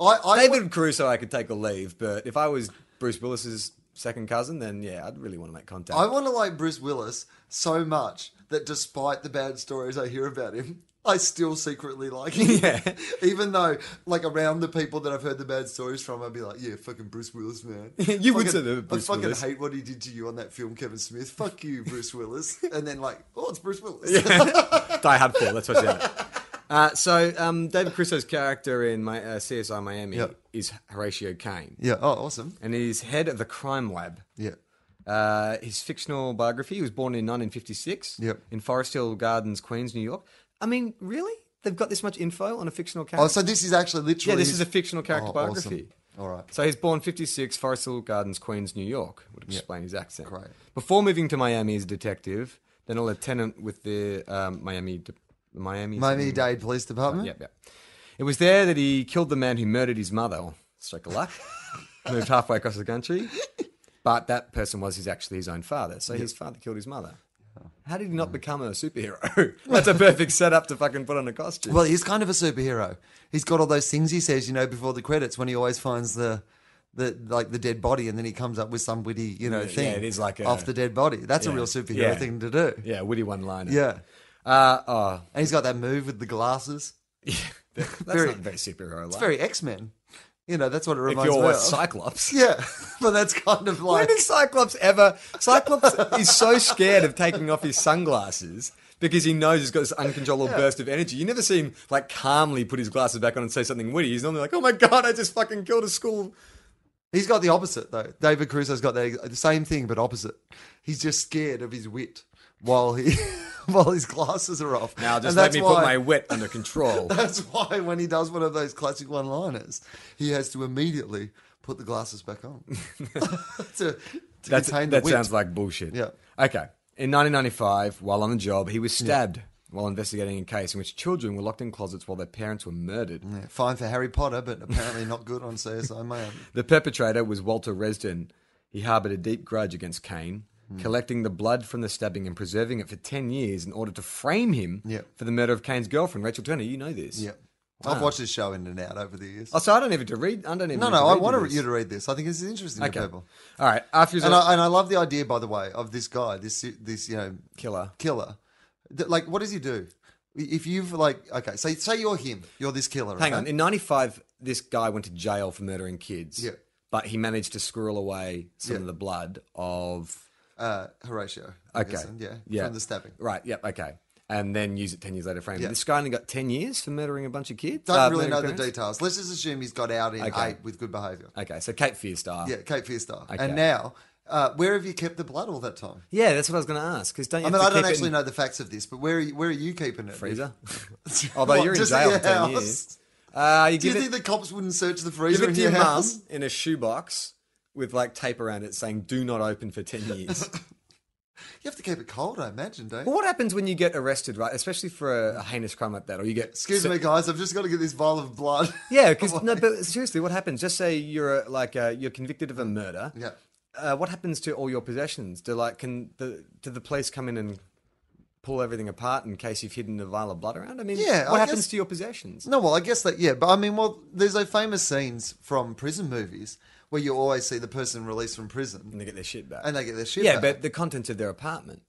Speaker 3: I, I
Speaker 2: david crusoe i could take or leave but if i was bruce willis's second cousin then yeah i'd really want to make contact
Speaker 3: I want to like Bruce Willis so much that despite the bad stories I hear about him, I still secretly like him.
Speaker 2: Yeah.
Speaker 3: Even though, like, around the people that I've heard the bad stories from, I'd be like, yeah, fucking Bruce Willis, man.
Speaker 2: You would
Speaker 3: Fucking-
Speaker 2: say that with Bruce
Speaker 3: I fucking
Speaker 2: Willis.
Speaker 3: hate what he did to you on that film, Kevin Smith. Fuck you, Bruce Willis. And then, like, oh, it's Bruce Willis.
Speaker 2: Die Hard 4, that's what you have. Uh, so um, David Crusoe's character in my, uh, CSI Miami
Speaker 3: Yeah.
Speaker 2: is Horatio Kane,
Speaker 3: yeah. Oh, awesome.
Speaker 2: and he's head of the crime lab.
Speaker 3: Yeah.
Speaker 2: Uh, his fictional biography, he was born in 1956
Speaker 3: Yep.
Speaker 2: in Forest Hill Gardens, Queens, New York. I mean, really? They've got this much info on a fictional character?
Speaker 3: Oh, so this is actually literally.
Speaker 2: yeah, this is a fictional character
Speaker 3: Oh, awesome.
Speaker 2: biography.
Speaker 3: All right.
Speaker 2: So he's born 56, Forest Hill Gardens, Queens, New York. Would explain his accent.
Speaker 3: Great.
Speaker 2: Before moving to Miami as a detective, then a lieutenant with the um, Miami, de- Miami,
Speaker 3: Miami Dade Police Department.
Speaker 2: Yep, yep. It was there that he killed the man who murdered his mother. Oh, stroke of luck. Moved halfway across the country. But that person was his, actually his own father. So his father killed his mother. How did he not become a superhero? That's a perfect setup to fucking put on a costume.
Speaker 3: Well, he's kind of a superhero. He's got all those things he says, you know, before the credits when he always finds the the like the dead body and then he comes up with some witty, you know,
Speaker 2: Yeah,
Speaker 3: thing.
Speaker 2: yeah, it is like a-
Speaker 3: off the dead body. That's a
Speaker 2: Yeah,
Speaker 3: real superhero
Speaker 2: yeah.
Speaker 3: thing to do.
Speaker 2: yeah, witty one liner.
Speaker 3: Yeah.
Speaker 2: Uh, oh,
Speaker 3: And he's got that move with the glasses.
Speaker 2: that's
Speaker 3: Very-
Speaker 2: not very superhero like.
Speaker 3: It's very X Men. You know, that's what it
Speaker 2: if
Speaker 3: reminds
Speaker 2: you're
Speaker 3: me
Speaker 2: with
Speaker 3: of.
Speaker 2: Cyclops.
Speaker 3: yeah, but that's kind of
Speaker 2: When
Speaker 3: like
Speaker 2: did Cyclops ever? Cyclops is so scared of taking off his sunglasses because he knows he's got this uncontrollable burst of energy. You never see him like calmly put his glasses back on and say something witty. He's normally like, "Oh my god, I just fucking killed a school."
Speaker 3: he's got the opposite though. David Crusoe's got the the same thing but opposite. He's just scared of his wit while he while his glasses are off.
Speaker 2: Now just
Speaker 3: And
Speaker 2: let
Speaker 3: that's
Speaker 2: me
Speaker 3: why-
Speaker 2: put my wet under control.
Speaker 3: That's why when he does one of those classic one liners, he has to immediately put the glasses back on to, to
Speaker 2: That's,
Speaker 3: contain
Speaker 2: that
Speaker 3: the wit.
Speaker 2: sounds like bullshit.
Speaker 3: Yeah.
Speaker 2: Okay. In 1995, while on the job, he was stabbed while investigating a case in which children were locked in closets while their parents were murdered.
Speaker 3: Yeah, fine for Harry Potter, but apparently not good on CSI Miami.
Speaker 2: The perpetrator was Walter Resden. He harbored a deep grudge against Kane,
Speaker 3: Hmm.
Speaker 2: collecting the blood from the stabbing and preserving it for 10 years in order to frame him
Speaker 3: Yep.
Speaker 2: for the murder of Kane's girlfriend, Rachel Turner. You know this.
Speaker 3: Yeah, I've watched this show in and out over the years.
Speaker 2: Oh, so I don't even to read. I don't even.
Speaker 3: no,
Speaker 2: need to
Speaker 3: no, I
Speaker 2: read
Speaker 3: want
Speaker 2: this.
Speaker 3: you to read this. I think this is interesting
Speaker 2: Okay.
Speaker 3: to people.
Speaker 2: All right. After his
Speaker 3: And I, and I love the idea, by the way, of this guy, this this you know
Speaker 2: killer,
Speaker 3: killer. That, Like, what does he do? If you've like, okay, so say you're him, you're this killer.
Speaker 2: hang
Speaker 3: okay?
Speaker 2: on. In '95, this guy went to jail for murdering kids.
Speaker 3: Yeah.
Speaker 2: But he managed to squirrel away some
Speaker 3: Yeah.
Speaker 2: of the blood of
Speaker 3: uh, Horatio. I'm
Speaker 2: Okay.
Speaker 3: guessing, yeah, from the stabbing.
Speaker 2: Right. Yep. Okay. And then use it ten years later. Frame.
Speaker 3: Yeah.
Speaker 2: This guy only got ten years for murdering a bunch of kids.
Speaker 3: Don't
Speaker 2: Uh,
Speaker 3: really
Speaker 2: murdering
Speaker 3: know
Speaker 2: parents?
Speaker 3: the details. Let's just assume he's got out in
Speaker 2: Okay.
Speaker 3: eight with good behaviour.
Speaker 2: Okay, so Kate Fearstar.
Speaker 3: Yeah, Kate Fearstar.
Speaker 2: Okay.
Speaker 3: And now, uh, where have you kept the blood all that time?
Speaker 2: yeah, that's what I was going to ask. Because don't you
Speaker 3: I
Speaker 2: have
Speaker 3: mean,
Speaker 2: to
Speaker 3: I don't
Speaker 2: keep it
Speaker 3: actually
Speaker 2: in
Speaker 3: know the facts of this, but where are you, where are you keeping it?
Speaker 2: the freezer? Although Oh, you're in
Speaker 3: just
Speaker 2: jail
Speaker 3: your
Speaker 2: for ten
Speaker 3: house?
Speaker 2: years. Uh, you
Speaker 3: Do you
Speaker 2: give
Speaker 3: think
Speaker 2: it,
Speaker 3: the cops wouldn't search the
Speaker 2: give
Speaker 3: freezer
Speaker 2: it
Speaker 3: in
Speaker 2: to
Speaker 3: your
Speaker 2: your mum
Speaker 3: house?
Speaker 2: in a shoebox, with like tape around it saying "Do not open for ten years."
Speaker 3: You have to keep it cold, I imagine, don't
Speaker 2: well,
Speaker 3: you?
Speaker 2: what happens when you get arrested, right? Especially for a, a heinous crime like that, or you get
Speaker 3: Excuse
Speaker 2: se-
Speaker 3: me, guys. I've just got to get this vial of blood.
Speaker 2: Yeah, because no, but seriously, what happens? Just say you're a, like uh, you're convicted of a murder.
Speaker 3: yeah.
Speaker 2: Uh, what happens to all your possessions? Do like can the do the police come in and pull everything apart in case you've hidden a vial of blood around? I mean,
Speaker 3: Yeah,
Speaker 2: what
Speaker 3: I
Speaker 2: happens
Speaker 3: guess-
Speaker 2: to your possessions?
Speaker 3: No, well, I guess that yeah, but I mean, well, there's those famous scenes from prison movies where you always see the person released from prison
Speaker 2: And they get their shit back.
Speaker 3: and they get their shit.
Speaker 2: yeah,
Speaker 3: back.
Speaker 2: but the contents of their apartment.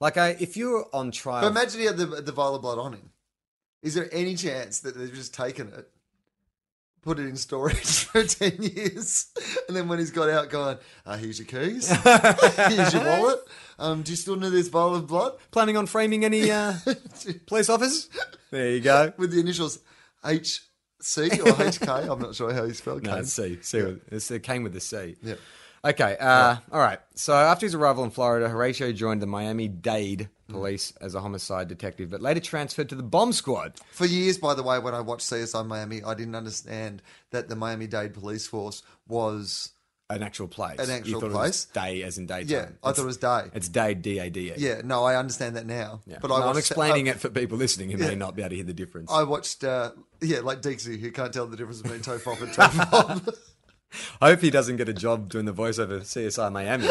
Speaker 2: Like, I if you're on trial,
Speaker 3: But imagine he had the, the vial of blood on him. Is there any chance that they've just taken it, put it in storage for 10 years, and then when he's got out, going, uh, here's your keys, here's your wallet, um, do you still need this vial of blood?
Speaker 2: planning on framing any uh, police officers. There you go.
Speaker 3: With the initials HC or HK, I'm not sure how you spell
Speaker 2: No,
Speaker 3: Kane.
Speaker 2: it's uh, C. C. with- it's- It came with a C.
Speaker 3: Yeah.
Speaker 2: Okay. Uh, All right. So after his arrival in Florida, Horatio joined the Miami Dade police as a homicide detective, but later transferred to the bomb squad.
Speaker 3: For years, by the way, when I watched CSI Miami, I didn't understand that the Miami Dade police force was.
Speaker 2: An actual place.
Speaker 3: An
Speaker 2: You
Speaker 3: actual
Speaker 2: thought it was
Speaker 3: place.
Speaker 2: Day as in daytime.
Speaker 3: Yeah, I
Speaker 2: It's-
Speaker 3: thought it was Dade.
Speaker 2: It's Dade, D A D A.
Speaker 3: Yeah, no, I understand that now.
Speaker 2: Yeah.
Speaker 3: But
Speaker 2: No,
Speaker 3: I
Speaker 2: I'm
Speaker 3: watched-
Speaker 2: explaining
Speaker 3: I-
Speaker 2: it for people listening who may not be able to hear the difference.
Speaker 3: I watched, uh, yeah, like Dixie, who can't tell the difference between toe fop and toe fop.
Speaker 2: I hope he doesn't get a job doing the voiceover of CSI Miami.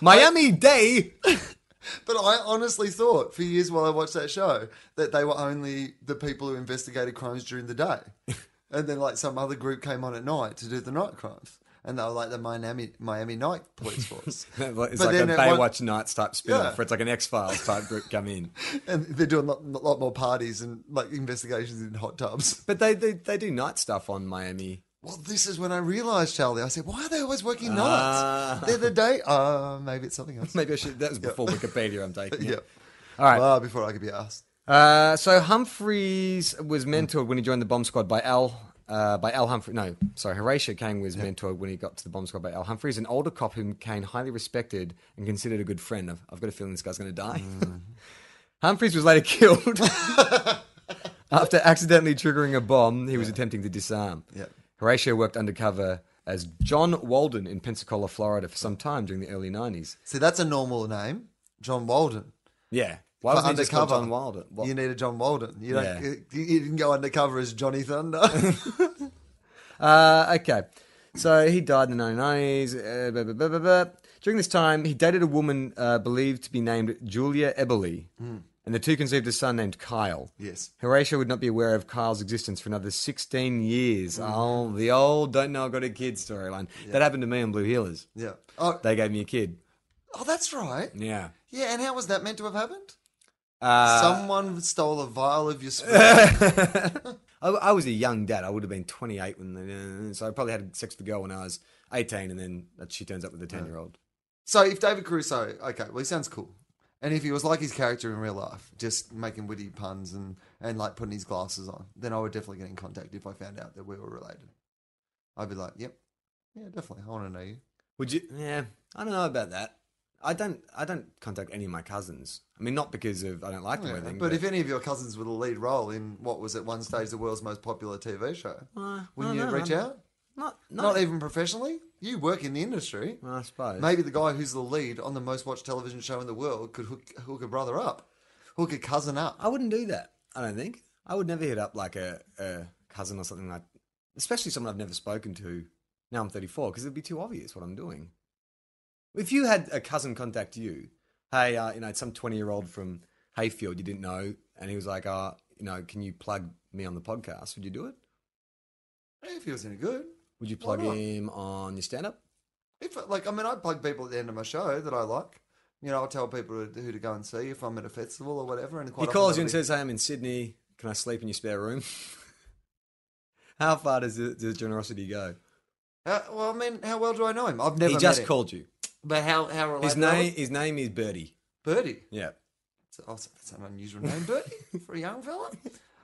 Speaker 2: Miami Day.
Speaker 3: but I honestly thought for years while I watched that show that they were only the people who investigated crimes during the day. and then, like, some other group came on at night to do the night crimes. And they were like the Miami, Miami Night Police Force.
Speaker 2: It's
Speaker 3: But
Speaker 2: like a
Speaker 3: then it wa-
Speaker 2: Baywatch Nights type spin off,
Speaker 3: Yeah.
Speaker 2: where it's like an X Files type group come in.
Speaker 3: and they're doing a lot, lot more parties and, like, investigations in hot tubs.
Speaker 2: But they, they, they do night stuff on Miami.
Speaker 3: Well, this is when I realized, Charlie, I said, why are they always working nights?
Speaker 2: Ah.
Speaker 3: They're the day. Uh, maybe it's something else.
Speaker 2: Maybe I should. That was before Wikipedia. I'm taking
Speaker 3: Yeah.
Speaker 2: it. All right.
Speaker 3: Well, before I could be asked.
Speaker 2: Uh, so Humphreys was
Speaker 3: Hmm.
Speaker 2: mentored when he joined the bomb squad by Al. Uh, by Al Humphrey, no, sorry, Horatio Kane was mentored when he got to the bomb squad by Al Humphreys, an older cop whom Kane highly respected and considered a good friend. I've, I've got a feeling this guy's going to die.
Speaker 3: Mm.
Speaker 2: Humphreys was later killed after accidentally triggering a bomb he was attempting to disarm.
Speaker 3: Yeah.
Speaker 2: Horatio worked undercover as John Walden in Pensacola, Florida, for some time during the early '90s.
Speaker 3: See, that's a normal name, John Walden.
Speaker 2: Yeah, why
Speaker 3: For
Speaker 2: was he just called
Speaker 3: undercover,
Speaker 2: John Walden? Wa-
Speaker 3: you need a John Walden. You don't.
Speaker 2: Yeah.
Speaker 3: You, you didn't go undercover as Johnny Thunder.
Speaker 2: Uh, okay. So he died in the 1990s. Uh, blah, blah, blah, blah, blah. During this time, he dated a woman uh, believed to be named Julia Eberly, and the two conceived a son named Kyle.
Speaker 3: Yes.
Speaker 2: Horatio would not be aware of Kyle's existence for another 16 years. Oh, the old don't know I got a kid storyline. That happened to me on Blue Healers.
Speaker 3: yeah. Oh,
Speaker 2: They gave me a kid.
Speaker 3: oh, that's right.
Speaker 2: Yeah.
Speaker 3: Yeah. And how was that meant to have happened?
Speaker 2: Uh,
Speaker 3: Someone stole a vial of your sperm.
Speaker 2: I, I was a young dad. I would have been 28 when, uh, so I probably had sex with a girl when I was 18, and then she turns up with a 10 year old.
Speaker 3: so if David Crusoe, okay, well he sounds cool, and if he was like his character in real life, just making witty puns and and like putting his glasses on, then I would definitely get in contact if I found out that we were related. I'd be like, yep, yeah, definitely. I want to know you.
Speaker 2: Would you? Yeah, I don't know about that. I don't. I don't contact any of my cousins. I mean, not because of I don't like them or
Speaker 3: Yeah,
Speaker 2: anything.
Speaker 3: but if any of your cousins were the lead role in what was at one stage the world's most popular TV show,
Speaker 2: Uh,
Speaker 3: wouldn't
Speaker 2: no,
Speaker 3: you
Speaker 2: no,
Speaker 3: reach
Speaker 2: I'm-
Speaker 3: out?
Speaker 2: not, not,
Speaker 3: Not even professionally. You work in the industry.
Speaker 2: well, I suppose.
Speaker 3: Maybe the guy who's the lead on the most watched television show in the world could hook, hook a brother up, hook a cousin up.
Speaker 2: I wouldn't do that. I don't think I would never hit up like a, a cousin or something like, especially someone I've never spoken to. Now I'm 34 because it'd be too obvious what I'm doing. If you had a cousin contact you, hey, uh, you know, it's some 20 year old from Hayfield you didn't know, and he was like, uh, you know, can you plug me on the podcast? Would you do it?
Speaker 3: If he was any good,
Speaker 2: Would you
Speaker 3: Why
Speaker 2: plug
Speaker 3: not?
Speaker 2: him on your stand up?
Speaker 3: if like I mean, I plug people at the end of my show that I like. You know, I'll tell people who to go and see if I'm at a festival or whatever. And quite
Speaker 2: He
Speaker 3: often
Speaker 2: calls you and
Speaker 3: that'll
Speaker 2: says, Hey, I'm in Sydney. Can I sleep in your spare room? How far does the, the generosity go?
Speaker 3: be- Uh, well, I mean, how well do I know him? I've never
Speaker 2: he
Speaker 3: met
Speaker 2: just
Speaker 3: him.
Speaker 2: called you.
Speaker 3: But how how relatable?
Speaker 2: His name, his name is Birdie.
Speaker 3: Birdie.
Speaker 2: Yeah.
Speaker 3: So- Oh, so that's an unusual name, Bertie, for a young fella.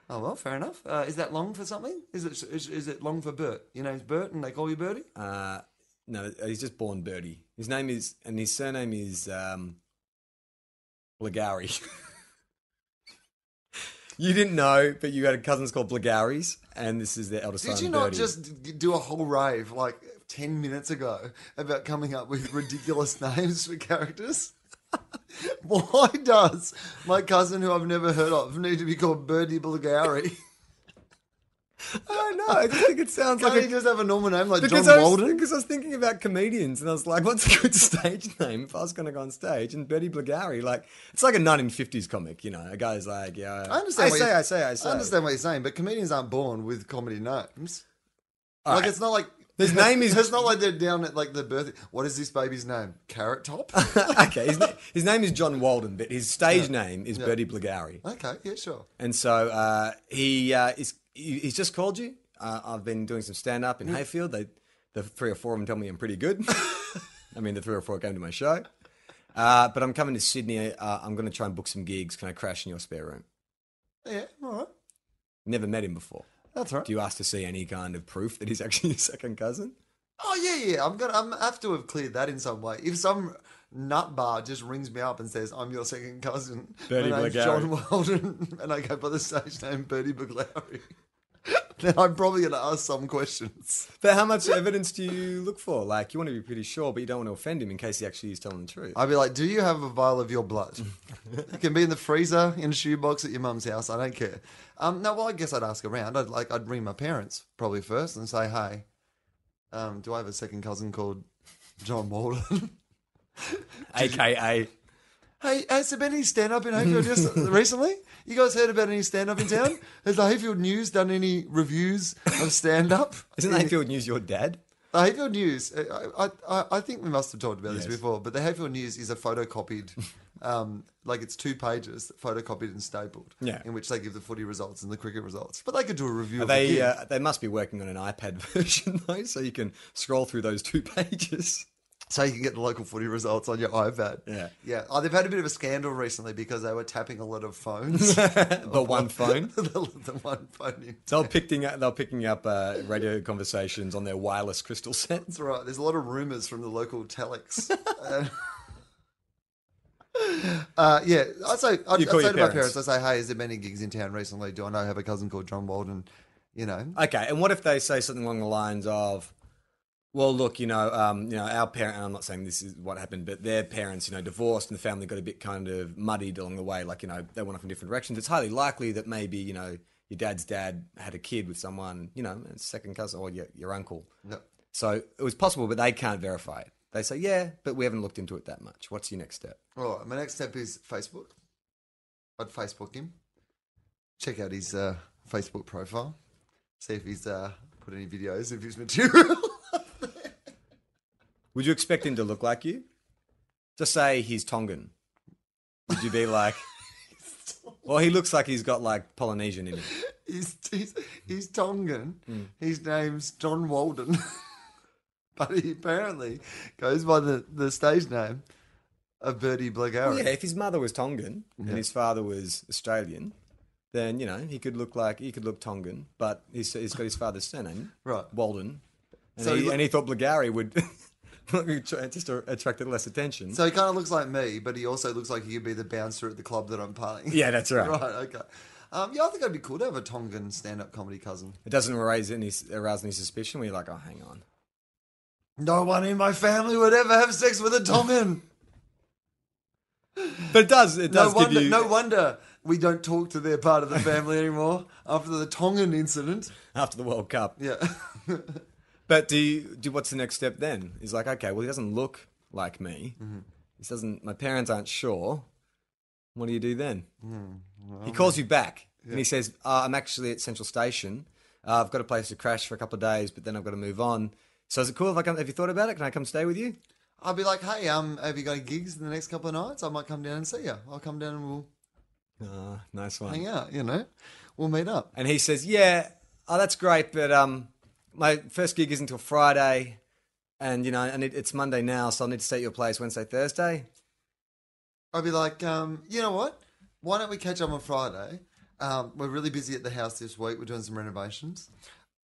Speaker 3: Oh well, fair enough. Uh, is that long for something? Is it is, is it long for Bert? Your name's Bert, and they call you Bertie.
Speaker 2: Uh, no, he's just born Birdie. His name is, and his surname is um, Legowry. You didn't know, but you had a cousins called Blagaris, and this is their eldest son.
Speaker 3: Did you not
Speaker 2: Bertie.
Speaker 3: just d- do a whole rave like 10 minutes ago about coming up with ridiculous names for characters? Why does my cousin, who I've never heard of, need to be called Birdie Bulgari?
Speaker 2: I don't know. I just think it sounds
Speaker 3: Can't
Speaker 2: like
Speaker 3: he
Speaker 2: a,
Speaker 3: just have a normal name like
Speaker 2: because,
Speaker 3: John
Speaker 2: I was,
Speaker 3: Walden?
Speaker 2: because I was thinking about comedians, and I was like, what's a good stage name if I was going to go on stage? And Betty Blagari, like, it's like a 1950s comic, you know. A guy's like, yeah,
Speaker 3: I understand.
Speaker 2: I
Speaker 3: what
Speaker 2: say,
Speaker 3: you're,
Speaker 2: I say, I say.
Speaker 3: I understand what you're saying, but comedians aren't born with comedy names. like
Speaker 2: right.
Speaker 3: it's not like
Speaker 2: His name is-
Speaker 3: It's not like they're down at like the birth. What is this baby's name? Carrot Top.
Speaker 2: okay, his, na- his name is John Walden, but his stage name is Bertie Blagari.
Speaker 3: okay, yeah, sure.
Speaker 2: And so uh, he uh, is he- he's just called you. Uh, I've been doing some stand up in Hayfield. They, the three or four of them tell me I'm pretty good. I mean, the three or four came to my show. Uh, but I'm coming to Sydney. Uh, I'm going to try and book some gigs. Can I crash in your spare room?
Speaker 3: Yeah, all right.
Speaker 2: Never met him before.
Speaker 3: That's all right.
Speaker 2: Do you ask to see any kind of proof that he's actually your second cousin?
Speaker 3: Oh yeah, yeah. I'm gonna. I'm I have to have cleared that in some way. If some nut bar just rings me up and says I'm your second cousin,
Speaker 2: Bertie
Speaker 3: my name's
Speaker 2: Blagari.
Speaker 3: John Walden, and I go by the stage name Bertie Buglari, then I'm probably gonna ask some questions.
Speaker 2: But how much evidence do you look for? Like, you want to be pretty sure, but you don't want to offend him in case he actually is telling the truth.
Speaker 3: I'd be like, "Do you have a vial of your blood? it can be in the freezer, in a shoebox at your mum's house. I don't care." Um, no, well, I guess I'd ask around. I'd like, I'd ring my parents probably first and say, "Hey, um, do I have a second cousin called John Walden?"
Speaker 2: AKA,
Speaker 3: Hey, has there been any stand up in Hayfield just recently? You guys heard about any stand up in town? Has the Hayfield News done any reviews of stand up?
Speaker 2: isn't Hayfield News your dad?
Speaker 3: The Hayfield News, uh, I, I, I- I think we must have talked about
Speaker 2: Yes.
Speaker 3: this before, but the Hayfield News is a photocopied, um, like it's two pages photocopied and stapled,
Speaker 2: Yeah.
Speaker 3: in which they give the footy results and the cricket results. But they could do a review
Speaker 2: Are
Speaker 3: of the
Speaker 2: They
Speaker 3: gig.
Speaker 2: uh, they must be working on an iPad version though, so you can scroll through those two pages.
Speaker 3: So you can get the local footy results on your iPad.
Speaker 2: Yeah.
Speaker 3: Yeah. Oh, they've had a bit of a scandal recently because they were tapping a lot of phones.
Speaker 2: the one phone.
Speaker 3: the, the one phone in
Speaker 2: They're picking up, they're picking up uh, radio conversations on their wireless crystal sets.
Speaker 3: That's right. There's a lot of rumours from the local telex. Uh, uh, yeah, I say I, I
Speaker 2: You call
Speaker 3: say
Speaker 2: your
Speaker 3: to my
Speaker 2: parents.
Speaker 3: parents, I say, "Hey, is there been any gigs in town recently? Do I know I have a cousin called John Walden? You know,
Speaker 2: Okay, and what if they say something along the lines of, "Well, look, you know, um, you know, our parent." And I'm not saying this is what happened, but their parents, you know, divorced, and the family got a bit kind of muddied along the way. Like, you know, they went off in different directions. It's highly likely that maybe, you know, your dad's dad had a kid with someone, you know, a second cousin or your, your uncle.
Speaker 3: No.
Speaker 2: So it was possible, but they can't verify it. They say, "Yeah, but we haven't looked into it that much." What's your next step?
Speaker 3: All right. My next step is Facebook. I'd Facebook him. Check out his uh, Facebook profile. See if he's uh, put any videos of his material.
Speaker 2: Would you expect him to look like you? Just say he's Tongan. Would you be like, well, he looks like he's got like Polynesian in him.
Speaker 3: he's, he's, he's Tongan.
Speaker 2: Hmm.
Speaker 3: His name's John Walden. but he apparently goes by the, the stage name of Bertie Blagari.
Speaker 2: Oh, yeah, if his mother was Tongan and his father was Australian, then you know he could look like he could look Tongan, but he's, he's got his father's surname,
Speaker 3: Right.
Speaker 2: Walden. And,
Speaker 3: So
Speaker 2: he,
Speaker 3: he lo-
Speaker 2: and he thought Blagari would just attracted less attention.
Speaker 3: So he kind of looks like me, but he also looks like he could be the bouncer at the club that I'm playing.
Speaker 2: yeah, that's right.
Speaker 3: Right, okay. Um, yeah, I think I'd be cool to have a Tongan stand up comedy cousin.
Speaker 2: It doesn't arouse any arouse any suspicion. We're like, oh, hang on.
Speaker 3: No one in my family would ever have sex with a Tongan.
Speaker 2: But it does. It
Speaker 3: no
Speaker 2: does give
Speaker 3: wonder,
Speaker 2: you.
Speaker 3: no wonder we don't talk to their part of the family anymore after the Tongan incident.
Speaker 2: after the World Cup.
Speaker 3: Yeah.
Speaker 2: But do you, do what's the next step then? He's like, okay, well, he doesn't look like me.
Speaker 3: Mm-hmm.
Speaker 2: This doesn't. My parents aren't sure. What do you do then?
Speaker 3: Mm-hmm.
Speaker 2: he calls you back and he says, uh, "I'm actually at Central Station. Uh, I've got a place to crash for a couple of days, but then I've got to move on. So is it cool if I come? Have you thought about it? Can I come stay with you?
Speaker 3: I'd be like, hey, um, have you got any gigs in the next couple of nights? I might come down and see you. I'll come down and we'll
Speaker 2: Uh, nice one.
Speaker 3: hang out, you know? We'll meet up.
Speaker 2: And he says, "Yeah, oh, that's great, but um, my first gig is until Friday, and you know, and it, it's Monday now, so I'll need to stay at your place Wednesday, Thursday.
Speaker 3: I'd be like, um, you know what? Why don't we catch up on Friday? Um, we're really busy at the house this week. We're doing some renovations.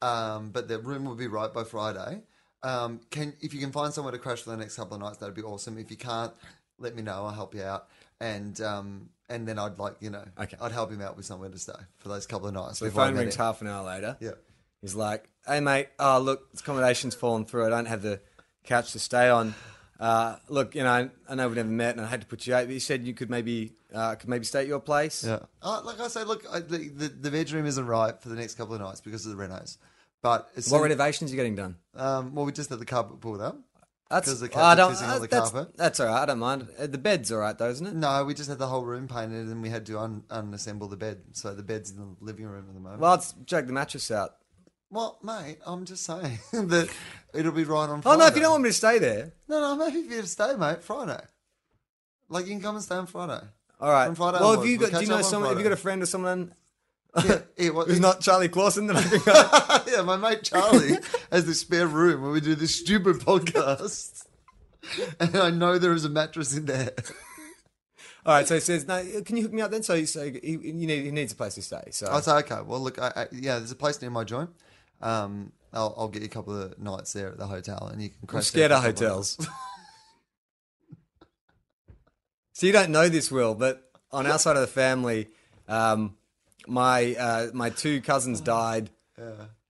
Speaker 3: Um, but the room will be right by Friday. Um, can if you can find somewhere to crash for the next couple of nights, that'd be awesome. If you can't, let me know. I'll help you out. and um, and then I'd like you know,
Speaker 2: Okay.
Speaker 3: I'd help him out with somewhere to stay for those couple of nights.
Speaker 2: So the
Speaker 3: before I
Speaker 2: phone
Speaker 3: met
Speaker 2: rings
Speaker 3: him.
Speaker 2: half an hour later.
Speaker 3: Yeah.
Speaker 2: He's like, "Hey mate, oh look, this accommodation's fallen through. I don't have the couch to stay on. Uh, look, you know, I know we never met, and I had to put you out. But you said you could maybe, uh, could maybe stay at your place.
Speaker 3: Yeah. Uh, like I say, look, I, the, the the bedroom isn't right for the next couple of nights because of the renos. But as
Speaker 2: What
Speaker 3: soon-
Speaker 2: renovations are you getting done?
Speaker 3: um, well, we just had the carpet pulled up.
Speaker 2: That's
Speaker 3: 'Cause the cats
Speaker 2: I
Speaker 3: are
Speaker 2: don't.
Speaker 3: pissing on
Speaker 2: uh,
Speaker 3: the
Speaker 2: that's,
Speaker 3: carpet. Mm.
Speaker 2: that's all right. I don't mind. Uh, The bed's all right though, isn't it?
Speaker 3: No, we just had the whole room painted, and then we had to un- unassemble the bed. So the bed's in the living room at the moment.
Speaker 2: Well, let's drag the mattress out.
Speaker 3: Well, mate, I'm just saying that it'll be right on
Speaker 2: Oh
Speaker 3: Friday.
Speaker 2: no, if you don't want me to stay there,
Speaker 3: No, no, I'm happy for you to stay, mate. Friday. Like, you can come and stay on Friday.
Speaker 2: all right.
Speaker 3: On Friday
Speaker 2: well, if
Speaker 3: onwards,
Speaker 2: you
Speaker 3: we'll
Speaker 2: got, do you
Speaker 3: catch
Speaker 2: know
Speaker 3: up on
Speaker 2: someone? Have you
Speaker 3: Friday.
Speaker 2: got a friend or someone
Speaker 3: Yeah, yeah, what-
Speaker 2: who's not Charlie Clausen? Then I think
Speaker 3: yeah, my mate Charlie has this spare room where we do this stupid podcast. And I know there is a mattress in there.
Speaker 2: All right, so he says, "No, can you hook me up then?" So, he, so he, you need, he needs a place to stay. So,
Speaker 3: I say, Oh, okay, well, look, I, I, yeah, there's a place near my joint. Um, I'll, I'll get you a couple of nights there at the hotel, and you can
Speaker 2: I'm
Speaker 3: crash. there
Speaker 2: scared
Speaker 3: for a
Speaker 2: of
Speaker 3: couple
Speaker 2: hotels. so you don't know this, Will, but on our side of the family, um, my uh, my two cousins died.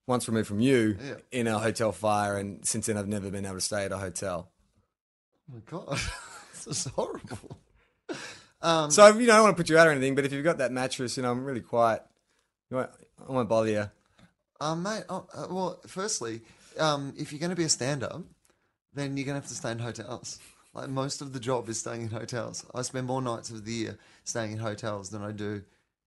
Speaker 2: Once removed from you
Speaker 3: Yeah.
Speaker 2: in a hotel fire, and since then I've never been able to stay at a hotel.
Speaker 3: Oh my god, this is horrible.
Speaker 2: So you know, I don't want to put you out or anything, but if you've got that mattress, you know, I'm really quiet. You won't, I won't bother you.
Speaker 3: Um, mate, oh, uh, well, firstly, um, if you're going to be a stand up, then you're going to have to stay in hotels. Like, most of the job is staying in hotels. I spend more nights of the year staying in hotels than I do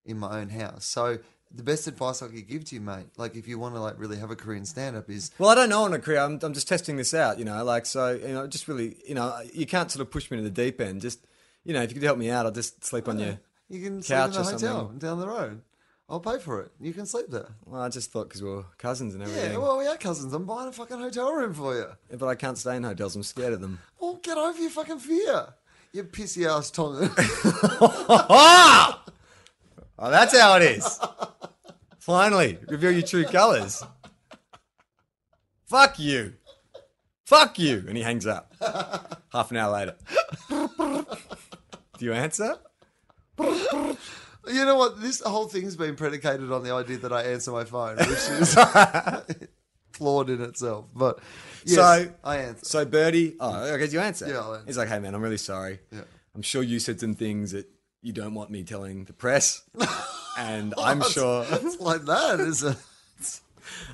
Speaker 3: in my own house. So, the best advice I could give to you, mate, like, if you want to, like, really have a career in stand up, is
Speaker 2: Well, I don't know on a career. I'm, I'm just testing this out, you know. Like, so, you know, just really, you know, you can't sort of push me to the deep end. Just, you know, if you could help me out, I'll just sleep on you.
Speaker 3: you can
Speaker 2: Couch
Speaker 3: sleep in
Speaker 2: or
Speaker 3: the hotel
Speaker 2: something. Oh,
Speaker 3: down the road. I'll pay for it. You can sleep there.
Speaker 2: Well, I just thought because we are cousins and everything.
Speaker 3: Yeah, well, we are cousins. I'm buying a fucking hotel room for you.
Speaker 2: but I can't stay in hotels. I'm scared of them.
Speaker 3: Well, get over your fucking fear. You pissy ass Tongan.
Speaker 2: oh, that's how it is. Finally, reveal your true colors. Fuck you. Fuck you. And he hangs up. Half an hour later. Do you answer?
Speaker 3: You know what? This whole thing's been predicated on the idea that I answer my phone, which is flawed in itself. But yes,
Speaker 2: So-
Speaker 3: I answer.
Speaker 2: So Birdie, oh, okay, you answer.
Speaker 3: Yeah, I'll answer.
Speaker 2: He's like, hey man, I'm really sorry.
Speaker 3: Yeah.
Speaker 2: I'm sure you said some things that you don't want me telling the press, and I'm sure,
Speaker 3: it's like that. Is a,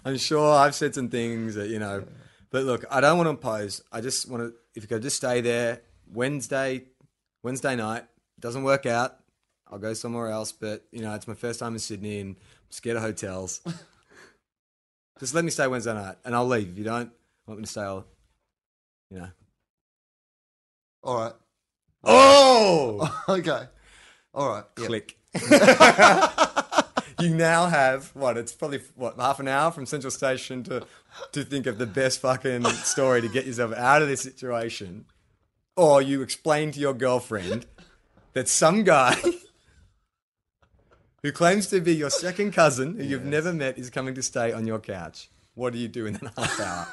Speaker 2: I'm sure I've said some things that you know. But look, I don't want to impose. I just want to, if you could just stay there Wednesday, Wednesday night. Doesn't work out. I'll go somewhere else. But you know, it's my first time in Sydney, and I'm scared of hotels. just let me stay Wednesday night, and I'll leave. If you don't want me to stay, I'll, you know.
Speaker 3: all right.
Speaker 2: Oh.
Speaker 3: Okay. All right. Yeah.
Speaker 2: click. you now have what? It's probably what half an hour from Central Station to to think of the best fucking story to get yourself out of this situation, or you explain to your girlfriend that some guy. Who claims to be your second cousin, who you've never met, is coming to stay on your couch? What do you do in that half hour?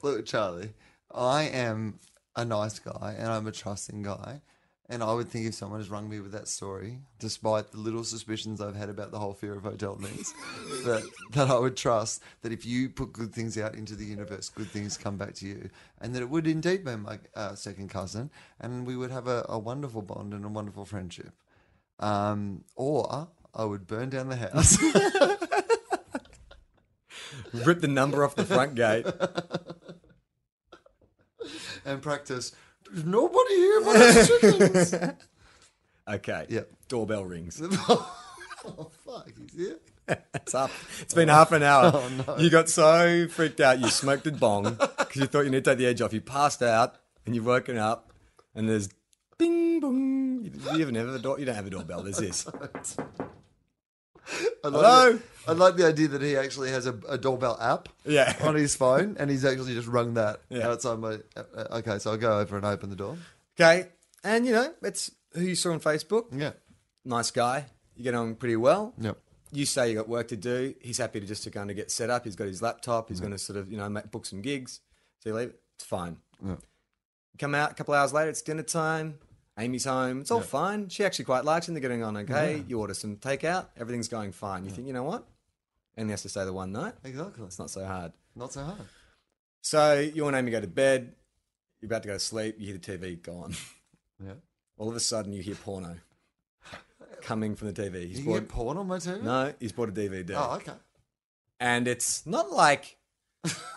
Speaker 3: Look, Charlie, I am a nice guy and I'm a trusting guy. And I would think if someone has rung me with that story, despite the little suspicions I've had about the whole fear of hotel things, that, that I would trust that if you put good things out into the universe, good things come back to you. And that it would indeed be my uh, second cousin. And we would have a, a wonderful bond and a wonderful friendship. Um, or I would burn down the house.
Speaker 2: Rip the number off the front gate.
Speaker 3: and practice. There's nobody here but us chickens.
Speaker 2: Okay.
Speaker 3: Yep.
Speaker 2: Doorbell rings.
Speaker 3: oh fuck, he's here.
Speaker 2: It's up. It's been half an hour.
Speaker 3: Oh, no.
Speaker 2: You got so freaked out, you smoked a bong because you thought you need to take the edge off. You passed out and you've woken up, and there's bing bong. You, you even have a door. You don't have a doorbell. There's this.
Speaker 3: I like
Speaker 2: Hello?
Speaker 3: the- I like the idea that he actually has a, a doorbell app
Speaker 2: Yeah.
Speaker 3: on his phone, and he's actually just rung that
Speaker 2: Yeah.
Speaker 3: outside my. uh, uh, Okay, so I'll go over and open the door.
Speaker 2: Okay. And you know it's who you saw on Facebook.
Speaker 3: Yeah.
Speaker 2: Nice guy. You get on pretty well.
Speaker 3: Yep.
Speaker 2: You say you got work to do. He's happy to just to kind of get set up. He's got his laptop. He's going to sort of you know make, book some gigs. So you leave. It's fine. Come out a couple hours later. It's dinner time. Amy's home. It's all fine. She actually quite likes him. They're getting on okay. You order some takeout. Everything's going fine. You think, you know what? Only has to stay the one night.
Speaker 3: Exactly.
Speaker 2: It's not so hard.
Speaker 3: Not so hard.
Speaker 2: So you and Amy go to bed. You're about to go to sleep. You hear the TV gone.
Speaker 3: Yeah.
Speaker 2: All of a sudden, you hear porno coming from the TV. He's
Speaker 3: You can
Speaker 2: bought
Speaker 3: get porn on my TV?
Speaker 2: no. He's bought a DVD
Speaker 3: Oh, okay.
Speaker 2: and it's not like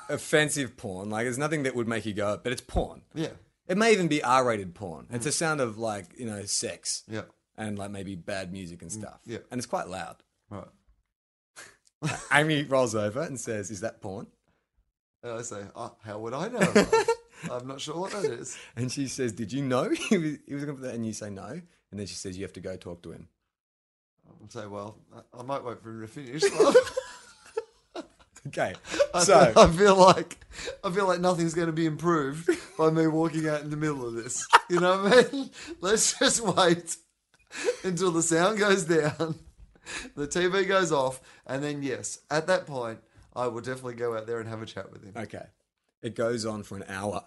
Speaker 2: offensive porn. Like, there's nothing that would make you go, but it's porn.
Speaker 3: Yeah.
Speaker 2: It may even be R-rated porn. It's a sound of like you know sex
Speaker 3: Hmm. Yeah. Hmm.
Speaker 2: and like maybe bad music and stuff.
Speaker 3: yeah.
Speaker 2: and it's quite loud.
Speaker 3: Right.
Speaker 2: Amy rolls over and says, "Is that porn?"
Speaker 3: And I say, oh, how would I know? about it? I'm not sure what that is.
Speaker 2: And she says, "Did you know he was, he was looking for that?" And you say, "No." And then she says, "You have to go talk to him."
Speaker 3: I say, well, I- I might wait for him to finish.
Speaker 2: Okay,
Speaker 3: I
Speaker 2: so
Speaker 3: feel- I feel like I feel like nothing's going to be improved by me walking out in the middle of this. You know what I mean? Let's just wait until the sound goes down, the TV goes off, and then yes, at that point, I will definitely go out there and have a chat with him.
Speaker 2: okay, it goes on for an hour.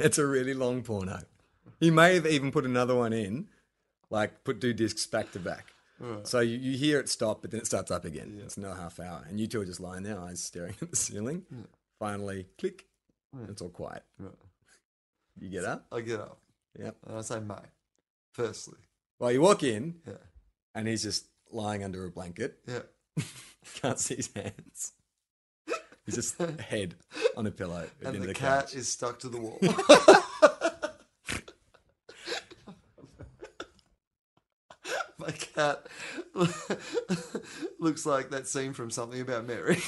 Speaker 2: it's a really long porno. He may have even put another one in, like put two discs back to back. So you, you hear it stop, but then it starts up again. It's another half hour, and you two are just lying there, eyes staring at the ceiling. Finally, click. It's all quiet. You get up.
Speaker 3: I get up
Speaker 2: Yep.
Speaker 3: and I say, mate. Firstly,
Speaker 2: Well, you walk in,
Speaker 3: yeah,
Speaker 2: and he's just lying under a blanket.
Speaker 3: yeah,
Speaker 2: Can't see his hands. He's just head on a pillow. At
Speaker 3: and
Speaker 2: end
Speaker 3: the,
Speaker 2: of
Speaker 3: cat
Speaker 2: couch.
Speaker 3: is stuck to the wall. My cat looks like that scene from Something About Mary.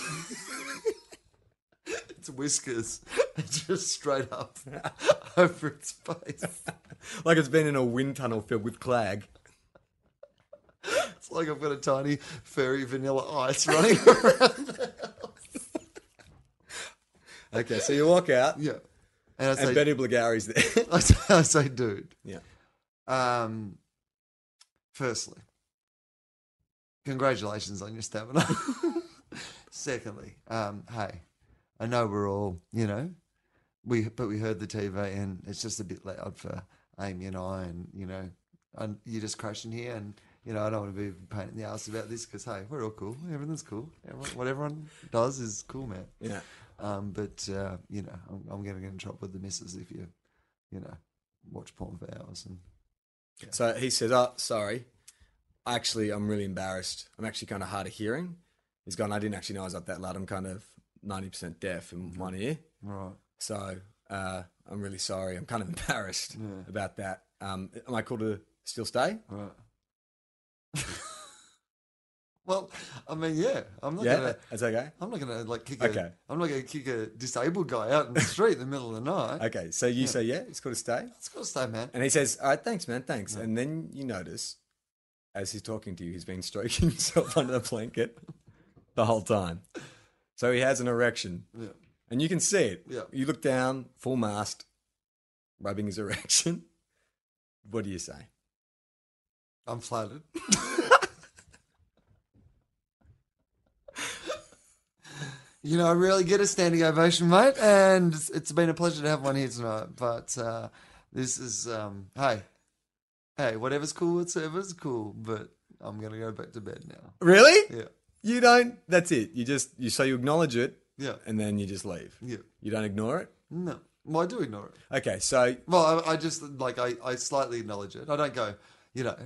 Speaker 3: its whiskers are just straight up over its face.
Speaker 2: like it's been in a wind tunnel filled with clag.
Speaker 3: It's like I've got a tiny furry vanilla ice running around.
Speaker 2: Okay, so you walk out,
Speaker 3: Yeah. And I
Speaker 2: and
Speaker 3: say,
Speaker 2: Betty Blagari's there.
Speaker 3: I say, I say dude,
Speaker 2: yeah.
Speaker 3: um, firstly, congratulations on your stamina. Secondly, um, hey, I know we're all, you know, we but we heard the TV and it's just a bit loud for Amy and I, and you know, and you're just crashing here, and you know, I don't want to be a pain in the ass about this because hey, we're all cool, everything's cool, everyone, what everyone does is cool, man.
Speaker 2: Yeah.
Speaker 3: Um, but uh, you know, I'm, I'm going to get in trouble with the missus if you, you know, watch porn for hours and
Speaker 2: So he says, "Oh, sorry. Actually, I'm really embarrassed. I'm actually kind of hard of hearing." He's gone. I didn't actually know I was up that loud. I'm kind of ninety percent deaf in one ear.
Speaker 3: right.
Speaker 2: So uh, I'm really sorry. I'm kind of embarrassed about that. Um, am I cool to still stay?
Speaker 3: Right. well, I mean, yeah, I'm not
Speaker 2: yeah,
Speaker 3: gonna,
Speaker 2: that's okay.
Speaker 3: I'm not gonna like kick. A,
Speaker 2: Okay.
Speaker 3: I'm not gonna kick a disabled guy out in the street in the middle of the night.
Speaker 2: Okay, so you say yeah, it's cool to stay,
Speaker 3: It's got to stay, man.
Speaker 2: and he says, "All right, thanks, man, thanks." And then you notice, as he's talking to you, he's been stroking himself under the blanket the whole time. So he has an erection.
Speaker 3: Yeah.
Speaker 2: And you can see it.
Speaker 3: Yeah.
Speaker 2: You look down, full mast, rubbing his erection. What do you say?
Speaker 3: I'm flattered. you know, I really get a standing ovation, mate, and it's, it's been a pleasure to have one here tonight. But uh, this is, um, hey, hey, whatever's cool, whatever's cool. But I'm gonna go back to bed now.
Speaker 2: Really?
Speaker 3: Yeah,
Speaker 2: You don't. That's it. You just you so you acknowledge it,
Speaker 3: yeah,
Speaker 2: and then you just leave.
Speaker 3: yeah.
Speaker 2: You don't ignore it.
Speaker 3: No, well, I do ignore it.
Speaker 2: Okay, so
Speaker 3: Well, I, I just like I, I slightly acknowledge it. I don't go, you know,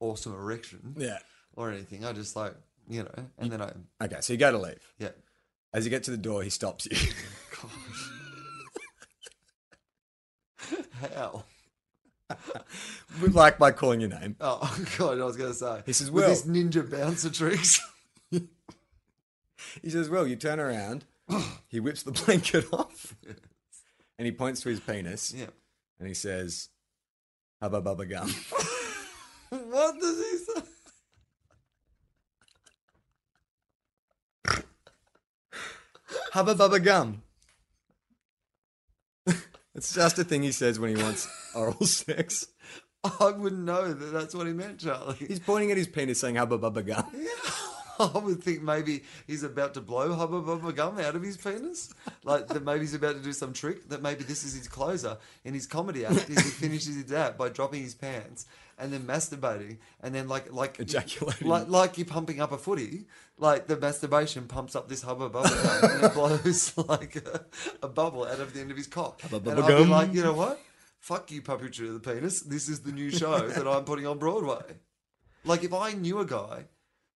Speaker 3: awesome erection
Speaker 2: yeah.
Speaker 3: or anything. I just like, you know, and then I,
Speaker 2: Okay, so you go to leave.
Speaker 3: yeah.
Speaker 2: As you get to the door, he stops you.
Speaker 3: How?
Speaker 2: like by calling your name.
Speaker 3: Oh god, I was going to say.
Speaker 2: He says,
Speaker 3: with
Speaker 2: "Well."
Speaker 3: his ninja bouncer tricks."
Speaker 2: He says, Well, you turn around. he whips the blanket off and he points to his penis
Speaker 3: yeah.
Speaker 2: and he says, Hubba Bubba Gum.
Speaker 3: What does he say?
Speaker 2: Hubba Bubba Gum. it's just a thing he says when he wants oral sex.
Speaker 3: I wouldn't know that that's what he meant, Charlie.
Speaker 2: He's pointing at his penis saying, Hubba Bubba Gum.
Speaker 3: I would think maybe he's about to blow Hubba Bubba Gum out of his penis. Like that maybe he's about to do some trick, that maybe this is his closer in his comedy act is he finishes his act by dropping his pants and then masturbating and then like like
Speaker 2: Ejaculating.
Speaker 3: Like like you're pumping up a footy, like the masturbation pumps up this Hubba Bubba Gum and it blows like a, a bubble out of the end of his cock.
Speaker 2: Hubba
Speaker 3: and
Speaker 2: Bubba
Speaker 3: I'd be
Speaker 2: Gum.
Speaker 3: like, you know what? Fuck you, puppetry of the penis. This is the new show that I'm putting on Broadway. Like if I knew a guy,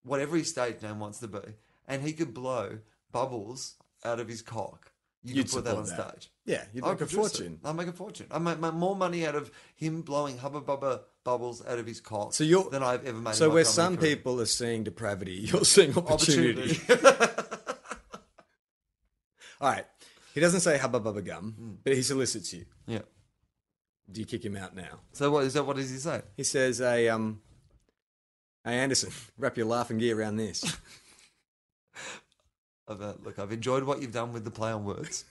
Speaker 3: whatever his stage name wants to be, and he could blow bubbles out of his cock, you
Speaker 2: You'd
Speaker 3: could put that on
Speaker 2: support that.
Speaker 3: stage.
Speaker 2: Yeah, you'd
Speaker 3: I'd
Speaker 2: make a
Speaker 3: produce it.
Speaker 2: fortune.
Speaker 3: I'd make a fortune. I make, make more money out of him blowing hubba bubba bubbles out of his cock
Speaker 2: So you're
Speaker 3: than I've ever made.
Speaker 2: So
Speaker 3: in my
Speaker 2: where
Speaker 3: comedy
Speaker 2: some
Speaker 3: career.
Speaker 2: people are seeing depravity, you're seeing opportunity.
Speaker 3: opportunity.
Speaker 2: All right. He doesn't say hubba bubba gum,
Speaker 3: Hmm.
Speaker 2: but he solicits you.
Speaker 3: yeah.
Speaker 2: Do you kick him out now?
Speaker 3: So what is that? What does he say?
Speaker 2: He says, "Hey, um, hey Anderson, wrap your laughing gear around this."
Speaker 3: I've, uh, look, I've enjoyed what you've done with the play on words.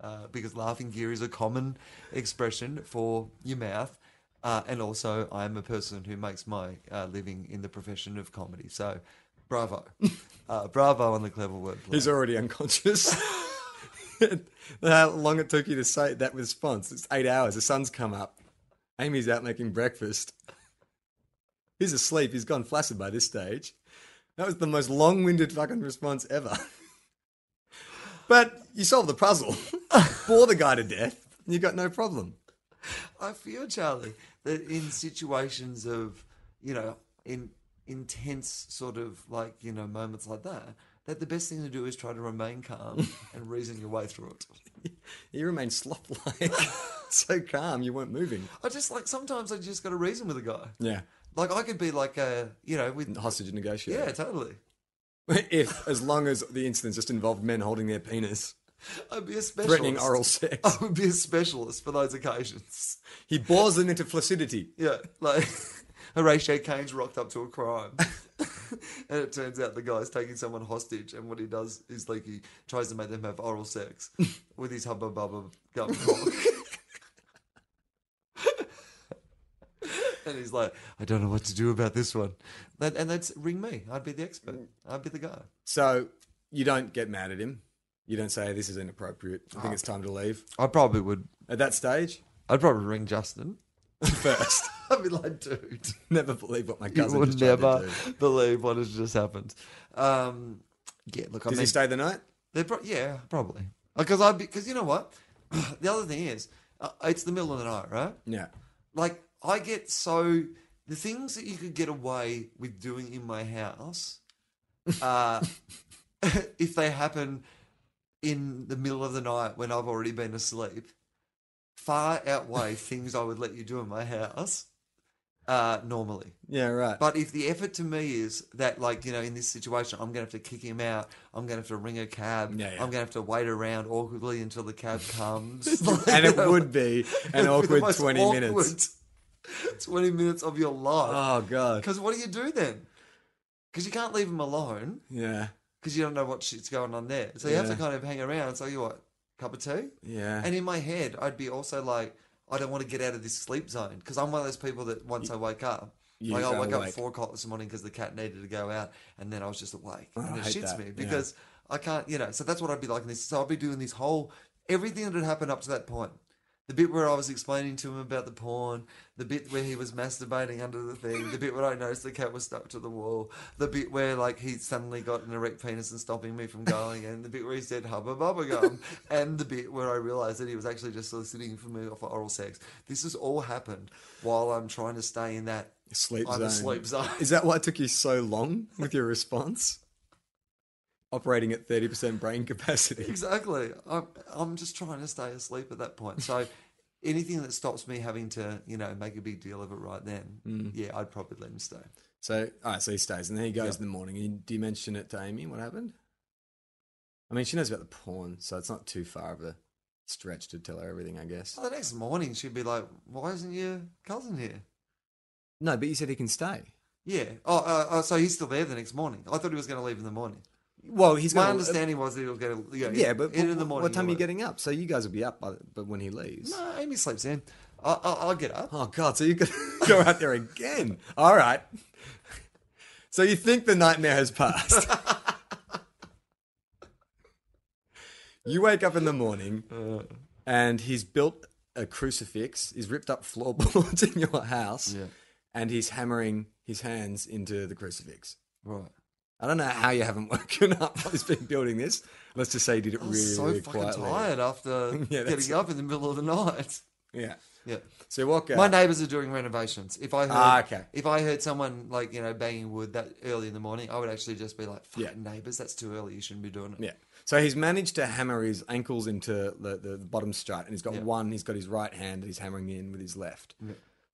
Speaker 3: Uh, because laughing gear is a common expression for your mouth. Uh, and also, I'm a person who makes my uh, living in the profession of comedy. So, bravo. Uh, bravo on the clever wordplay.
Speaker 2: He's already unconscious. How long it took you to say that response? It's eight hours. The sun's come up. Amy's out making breakfast. He's asleep. He's gone flaccid by this stage. That was the most long-winded fucking response ever. but you solved the puzzle. Bore the guy to death. and You got no problem.
Speaker 3: I feel, Charlie, that in situations of, you know, in intense sort of like, you know, moments like that, that the best thing to do is try to remain calm and reason your way through it.
Speaker 2: You remain slop-like, so calm. You weren't moving.
Speaker 3: I just like sometimes I just got to reason with a guy.
Speaker 2: Yeah,
Speaker 3: Like I could be like a you know with
Speaker 2: hostage negotiator.
Speaker 3: yeah totally.
Speaker 2: if as long as the incident just involved men holding their penis,
Speaker 3: I'd be a specialist.
Speaker 2: threatening oral sex.
Speaker 3: I would be a specialist for those occasions.
Speaker 2: He bores them into flaccidity.
Speaker 3: Yeah, like Horatio Cane's rocked up to a crime. and it turns out the guy's taking someone hostage, and what he does is like he tries to make them have oral sex with his hubba bubba gum cock. and he's like, I don't know what to do about this one. That, and that's ring me. I'd be the expert. I'd be the guy.
Speaker 2: So you don't get mad at him. You don't say this is inappropriate. I
Speaker 3: Ah.
Speaker 2: think it's time to leave.
Speaker 3: I probably would.
Speaker 2: At that stage,
Speaker 3: I'd probably ring Justin.
Speaker 2: first,
Speaker 3: I'd be like, dude,
Speaker 2: never believe what my
Speaker 3: you
Speaker 2: cousin
Speaker 3: would
Speaker 2: just tried
Speaker 3: never
Speaker 2: to do.
Speaker 3: believe what has just happened. Um, yeah, look, I
Speaker 2: Does
Speaker 3: mean,
Speaker 2: he stay the night?
Speaker 3: They pro- yeah, probably. Uh, Because I because you know what, the other thing is, uh, it's the middle of the night, right?
Speaker 2: Yeah.
Speaker 3: Like I get so the things that you could get away with doing in my house, uh, if they happen in the middle of the night when I've already been asleep, far outweigh things I would let you do in my house uh, normally.
Speaker 2: Yeah, right.
Speaker 3: But if the effort to me is that, like, you know, in this situation, I'm going to have to kick him out. I'm going to have to ring a cab.
Speaker 2: Yeah, yeah.
Speaker 3: I'm going to have to wait around awkwardly until the cab comes.
Speaker 2: and it would be an
Speaker 3: It'd be the
Speaker 2: awkward
Speaker 3: most
Speaker 2: 20
Speaker 3: awkward
Speaker 2: minutes.
Speaker 3: 20 minutes of your life.
Speaker 2: Oh, God.
Speaker 3: Because what do you do then? Because you can't leave him alone
Speaker 2: Yeah.
Speaker 3: because you don't know what shit's going on there. So you have to
Speaker 2: Yeah.
Speaker 3: kind of hang around. So you what? Cup of tea?
Speaker 2: Yeah.
Speaker 3: And in my head, I'd be also like, I don't want to get out of this sleep zone because I'm one of those people that once I wake up,
Speaker 2: You
Speaker 3: like I
Speaker 2: go
Speaker 3: wake up at
Speaker 2: awake.
Speaker 3: four o'clock this morning because the cat needed to go out, and then I was just awake. and it
Speaker 2: I hate
Speaker 3: shits
Speaker 2: that,
Speaker 3: me
Speaker 2: yeah.
Speaker 3: because I can't, you know. So that's what I'd be like in this. So I'd be doing this whole everything that had happened up to that point. The bit where I was explaining to him about the porn, the bit where he was masturbating under the thing, the bit where I noticed the cat was stuck to the wall, the bit where like he suddenly got an erect penis and stopping me from going, and the bit where he said hubba bubba gum, and the bit where I realised that he was actually just soliciting for me for oral sex. This has all happened while I'm trying to stay in that
Speaker 2: Sleep
Speaker 3: I'm
Speaker 2: zone.
Speaker 3: a Oh, sleep zone.
Speaker 2: Is that why it took you so long with your response? Operating at 30% brain capacity.
Speaker 3: Exactly. I'm, I'm just trying to stay asleep at that point. So anything that stops me having to, you know, make a big deal of it right then,
Speaker 2: Mm.
Speaker 3: yeah, I'd probably let him stay.
Speaker 2: So, all right, so he stays, and then he goes in the morning. And you- do you mention it to Amy? What happened? I mean, she knows about the porn, so it's not too far of a stretch to tell her everything, I guess.
Speaker 3: So the next morning, she'd be like, why isn't your cousin here?
Speaker 2: No, but you said he can stay.
Speaker 3: Yeah. Oh, uh, oh so he's still there the next morning. I thought he was going to leave in the morning.
Speaker 2: Well, he's
Speaker 3: My
Speaker 2: gonna-
Speaker 3: understanding was that he was going to, yeah,
Speaker 2: Yeah, but
Speaker 3: in, in the
Speaker 2: what-
Speaker 3: morning.
Speaker 2: What time are
Speaker 3: he'll
Speaker 2: you getting up? So you guys will be up, by the, but when he leaves.
Speaker 3: leave. No, Amy sleeps in. I, I, I'll get up.
Speaker 2: Oh God! So you could go out there again? All right. So you think the nightmare has passed. you wake up in the morning and he's built a crucifix, he's ripped up floorboards in your house,
Speaker 3: Yeah.
Speaker 2: and he's hammering his hands into the crucifix.
Speaker 3: Right.
Speaker 2: I don't know how you haven't woken up while he's been building this. Let's just say he did it
Speaker 3: I
Speaker 2: really,
Speaker 3: was so
Speaker 2: really
Speaker 3: fucking
Speaker 2: quietly.
Speaker 3: tired after
Speaker 2: Yeah, that's-
Speaker 3: getting up in the middle of the night.
Speaker 2: Yeah.
Speaker 3: Yeah.
Speaker 2: So you walk out.
Speaker 3: My neighbours are doing renovations. If I heard,
Speaker 2: Ah, okay.
Speaker 3: if I heard someone like you know banging wood that early in the morning, I would actually just be like, "Fuck
Speaker 2: Yeah.
Speaker 3: neighbours, that's too early. You shouldn't be doing it."
Speaker 2: Yeah. So he's managed to hammer his ankles into the, the, the bottom strut, and he's got
Speaker 3: Yeah.
Speaker 2: one, he's got his right hand that he's hammering in with his left.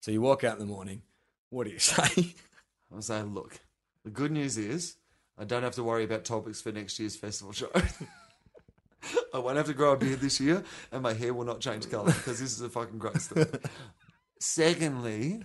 Speaker 2: So you walk out in the morning. What do you say?
Speaker 3: I was saying, look, the good news is I don't have to worry about topics for next year's festival show. I won't have to grow a beard this year, and my hair will not change colour because this is a fucking great story. Secondly,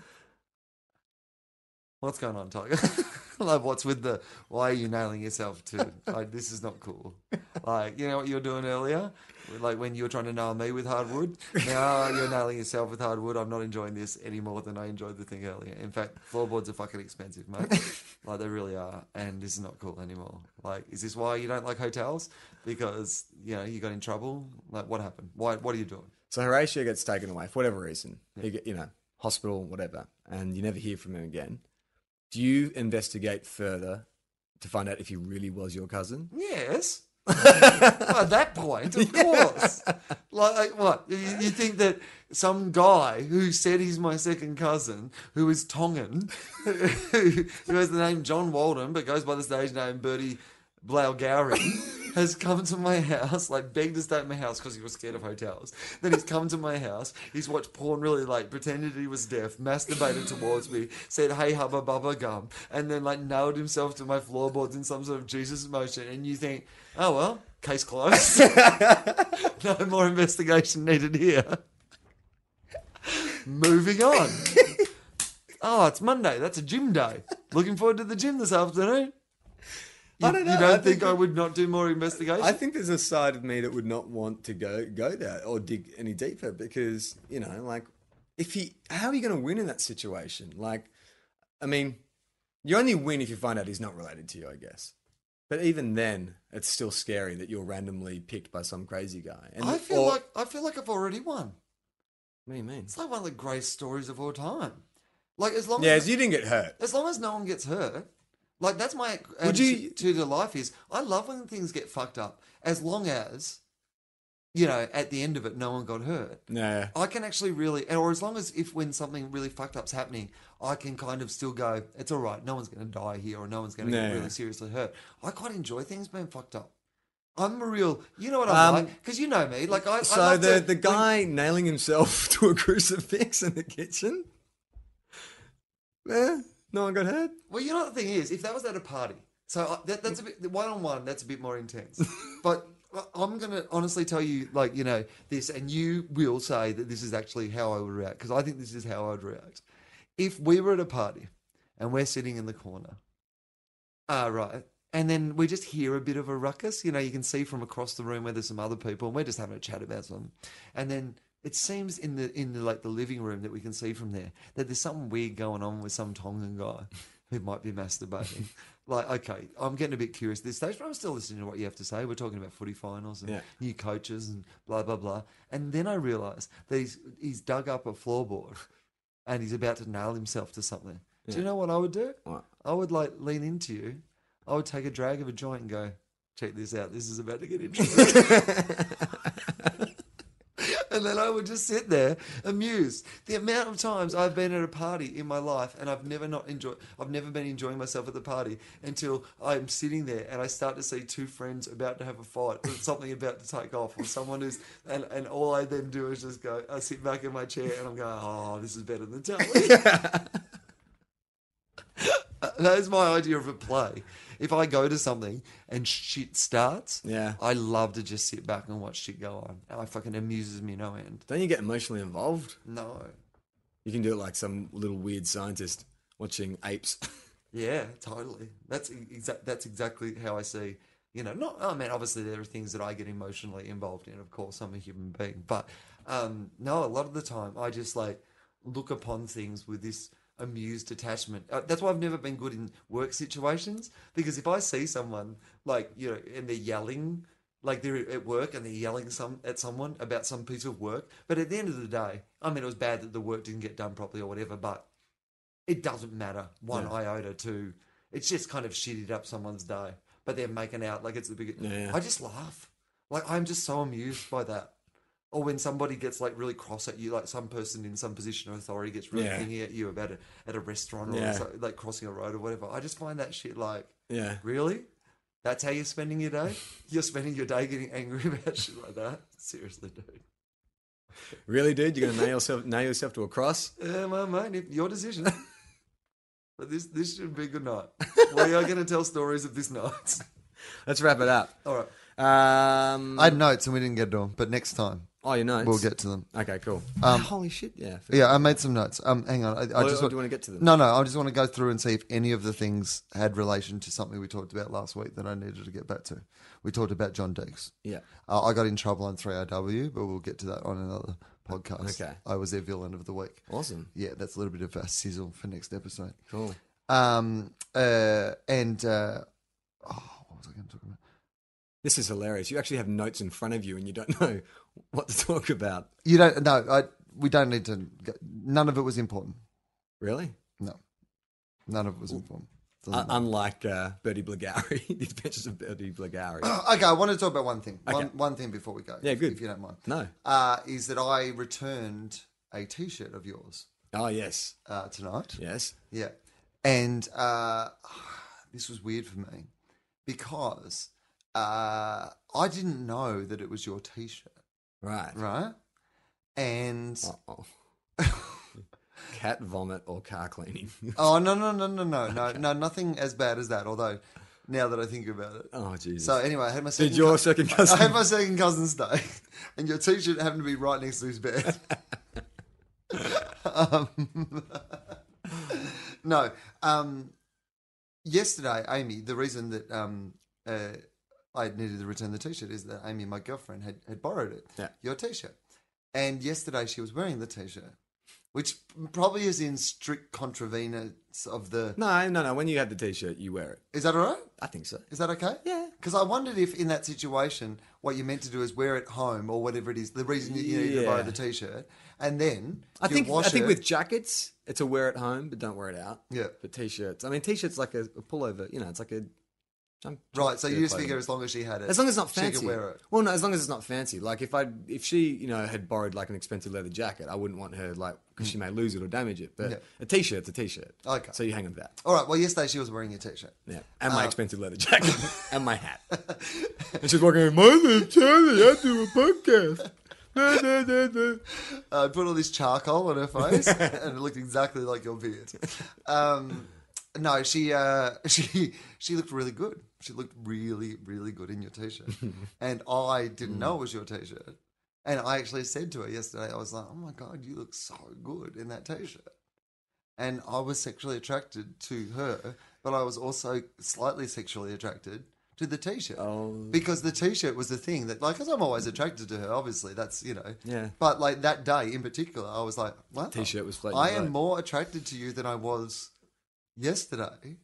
Speaker 3: what's going on, Tiger? like, what's with the? Why are you nailing yourself to? Like, this is not cool. Like, you know what you were doing earlier, like when you were trying to nail me with hardwood. Now you're nailing yourself with hardwood. I'm not enjoying this any more than I enjoyed the thing earlier. In fact, floorboards are fucking expensive, mate. like they really are, and this is not cool anymore. Like, is this why you don't like hotels? Because you know you got in trouble. Like, what happened? Why? What are you doing?
Speaker 2: so Horatio gets taken away for whatever reason. He get, you know, hospital, whatever, and you never hear from him again. Do you investigate further to find out if he really was your cousin?
Speaker 3: Yes. At that point, of course. Like, like, what? You, you think that some guy who said he's my second cousin, who is Tongan, who, who has the name John Walden but goes by the stage name Bertie Blaugowrie, has come to my house, like begged to stay at my house because he was scared of hotels. Then he's come to my house, he's watched porn really late, pretended he was deaf, masturbated towards me, said, hey, hubba bubba gum, and then like nailed himself to my floorboards in some sort of Jesus motion. And you think, oh, well, case closed. No more investigation needed here. Moving on. oh, it's Monday. That's a gym day. Looking forward to the gym this afternoon. You,
Speaker 2: I don't know.
Speaker 3: You don't
Speaker 2: I
Speaker 3: think,
Speaker 2: think-
Speaker 3: I would not do more investigation?
Speaker 2: I think there's a side of me that would not want to go go there or dig any deeper because you know, like, if he, how are you going to win in that situation? Like, I mean, you only win if you find out he's not related to you, I guess. But even then, it's still scary that you're randomly picked by some crazy guy. And
Speaker 3: I feel
Speaker 2: or-
Speaker 3: like I feel like I've already won.
Speaker 2: what do you mean?
Speaker 3: It's like one of the greatest stories of all time. Like as long
Speaker 2: Yeah,
Speaker 3: as
Speaker 2: so you didn't get hurt.
Speaker 3: as long as no one gets hurt, like that's my
Speaker 2: Would you-
Speaker 3: attitude to the life is I love when things get fucked up. As long as you know, at the end of it, no one got hurt.
Speaker 2: No,
Speaker 3: I can actually really, or as long as if when something really fucked up's happening, I can kind of still go, it's all right. No one's going to die here, or no one's going to
Speaker 2: Yeah.
Speaker 3: get really seriously hurt. I quite enjoy things being fucked up. I'm a real, you know what
Speaker 2: Um,
Speaker 3: I'm like? 'Cause because you know me. Like I, I
Speaker 2: So
Speaker 3: love
Speaker 2: the
Speaker 3: to-
Speaker 2: the guy nailing himself to a crucifix in the kitchen. Eh, no one got hurt.
Speaker 3: Well, you know what the thing is, if that was at a party, so I, that, that's a bit one on one. That's a bit more intense. but I- I'm gonna honestly tell you, like you know this, and you will say that this is actually how I would react because I think this is how I'd react. If we were at a party and we're sitting in the corner, ah right, and then we just hear a bit of a ruckus. You know, you can see from across the room where there's some other people, and we're just having a chat about something, and then. It seems in the in the, like the living room that we can see from there that there's something weird going on with some Tongan guy who might be masturbating. like, okay, I'm getting a bit curious at this stage, but I'm still listening to what you have to say. We're talking about footy finals and
Speaker 2: Yeah.
Speaker 3: new coaches and blah blah blah. And then I realise that he's he's dug up a floorboard and he's about to nail himself to something. Do you know what I would do?
Speaker 2: What?
Speaker 3: I would like lean into you. I would take a drag of a joint and go, check this out. This is about to get interesting. and then I would just sit there amused. The amount of times I've been at a party in my life and I've never not enjoyed I've never been enjoying myself at the party until I'm sitting there and I start to see two friends about to have a fight or something about to take off or someone who's and, and all I then do is just go I sit back in my chair and I'm going, Oh, this is better than telly. That is my idea of a play. If I go to something and shit starts,
Speaker 2: Yeah.
Speaker 3: I love to just sit back and watch shit go on. And it fucking amuses me no end.
Speaker 2: Don't you get emotionally involved?
Speaker 3: No.
Speaker 2: You can do it like some little weird scientist watching apes.
Speaker 3: Yeah, totally. That's exact. That's exactly how I see. You know, not. I mean, obviously there are things that I get emotionally involved in. Of course, I'm a human being, but um, no, a lot of the time I just like look upon things with this amused attachment. Uh, that's why I've never been good in work situations because if I see someone like you know and they're yelling, like they're at work and they're yelling some at someone about some piece of work, but at the end of the day, I mean it was bad that the work didn't get done properly or whatever, but it doesn't matter one iota to. It's just kind of shitted up someone's day, but they're making out like it's the biggest.
Speaker 2: Yeah.
Speaker 3: I just laugh. Like I'm just so amused by that. Or when somebody gets like really cross at you, like some person in some position of authority gets really
Speaker 2: Yeah.
Speaker 3: thingy at you about it at a restaurant or
Speaker 2: Yeah.
Speaker 3: so- like crossing a road or whatever. I just find that shit like
Speaker 2: Yeah.
Speaker 3: really. That's how you're spending your day. You're spending your day getting angry about shit like that. Seriously, dude.
Speaker 2: Really, dude? You're gonna nail yourself nail yourself to a cross?
Speaker 3: Yeah, Uh, my mate, if- your decision. but this this should be a good night. we are going to tell stories of this night.
Speaker 2: Let's wrap it up.
Speaker 3: All right.
Speaker 2: Um,
Speaker 3: I had notes and we didn't get to them, but next time
Speaker 2: oh, your notes.
Speaker 3: we'll get to them. Um,
Speaker 2: Okay, cool. Holy shit! Yeah.
Speaker 3: Yeah, I made some notes. Um, hang on. I, I
Speaker 2: Oh,
Speaker 3: just
Speaker 2: oh,
Speaker 3: wa-
Speaker 2: do you wanna get to them?
Speaker 3: No, no. I just want to go through and see if any of the things had relation to something we talked about last week that I needed to get back to. We talked about John Deeks.
Speaker 2: Yeah.
Speaker 3: Uh, I got in trouble on 3RW, but we'll get to that on another podcast.
Speaker 2: Okay.
Speaker 3: I was their villain of the week.
Speaker 2: Awesome.
Speaker 3: Yeah, that's a little bit of a sizzle for next episode.
Speaker 2: Cool.
Speaker 3: Um. Uh. And uh. Oh, what was I going to talk about?
Speaker 2: This is hilarious. You actually have notes in front of you, and you don't know what to talk about.
Speaker 3: You don't. No. I. We don't need to. go- None of it was important.
Speaker 2: Really?
Speaker 3: No. None of it was important. Doesn't
Speaker 2: Un- unlike uh, Bertie Blagari, the Adventures of Bertie Blagari.
Speaker 3: Uh, Okay, I want to talk about one thing. One,
Speaker 2: Okay.
Speaker 3: one thing before we go.
Speaker 2: Yeah,
Speaker 3: if-
Speaker 2: good.
Speaker 3: If you don't mind.
Speaker 2: No.
Speaker 3: Uh, is that I returned a t shirt of yours
Speaker 2: Oh yes,
Speaker 3: uh, tonight.
Speaker 2: yes.
Speaker 3: Yeah. And uh, this was weird for me because uh, I didn't know that it was your t shirt,
Speaker 2: Right.
Speaker 3: right? And
Speaker 2: Oh. Cat vomit or car cleaning.
Speaker 3: oh, no, no, no, no, no, no, no, nothing as bad as that. Although, now that I think about it.
Speaker 2: oh Jesus.
Speaker 3: So, anyway, I had my second
Speaker 2: Did your
Speaker 3: cu-
Speaker 2: second
Speaker 3: I had
Speaker 2: cousin?
Speaker 3: my second cousin's day, and your t-shirt happened to be right next to his bed. um, no, um, yesterday, Amy. The reason that um, uh, I needed to return the t-shirt is that Amy, my girlfriend, had, had borrowed it.
Speaker 2: Yeah.
Speaker 3: Your t-shirt, and yesterday she was wearing the t-shirt, which probably is in strict contravenance of the.
Speaker 2: No, no, no. When you have the T-shirt, you wear it.
Speaker 3: Is that all right?
Speaker 2: I think so.
Speaker 3: Is that okay?
Speaker 2: Yeah.
Speaker 3: Because I wondered if in that situation, what you're meant to do is wear it home or whatever it is, the reason that you need to buy
Speaker 2: Yeah.
Speaker 3: the t-shirt, and then
Speaker 2: I
Speaker 3: you
Speaker 2: think
Speaker 3: wash
Speaker 2: I think
Speaker 3: it.
Speaker 2: with jackets, it's a wear at home, but don't wear it out.
Speaker 3: Yeah.
Speaker 2: But t-shirts, I mean, t-shirts like a, a pullover. You know, it's like a junk-
Speaker 3: right. So
Speaker 2: yeah,
Speaker 3: you just
Speaker 2: clothing.
Speaker 3: figure as long as she had it,
Speaker 2: as long as it's not
Speaker 3: she
Speaker 2: fancy.
Speaker 3: could wear it.
Speaker 2: Well, no, as long as it's not fancy. Like if I if she you know had borrowed like an expensive leather jacket, I wouldn't want her like because she may lose it or damage it. But
Speaker 3: Mm. Yeah.
Speaker 2: a t-shirt's a t-shirt.
Speaker 3: Okay. Uh,
Speaker 2: So you hang on to that.
Speaker 3: All right. Well, yesterday she was wearing your t-shirt.
Speaker 2: Yeah. And my expensive leather jacket and my hat. and she's walking around, my name's Charlie. I do a podcast. No, no, no, no.
Speaker 3: Uh, put all this charcoal on her face, and it looked exactly like your beard. Um, no, she uh, she she looked really good. She looked really really good in your t-shirt, and I didn't know it was your t-shirt. And I actually said to her yesterday, I was like, "Oh my god, you look so good in that t-shirt." And I was sexually attracted to her, but I was also slightly sexually attracted to the t-shirt because the t-shirt was the thing that, like, because I'm always attracted to her. Obviously, that's you know,
Speaker 2: Yeah.
Speaker 3: But like that day in particular, I was like, "Wow,
Speaker 2: T-shirt was floating
Speaker 3: I am
Speaker 2: away.
Speaker 3: more attracted to you than I was yesterday,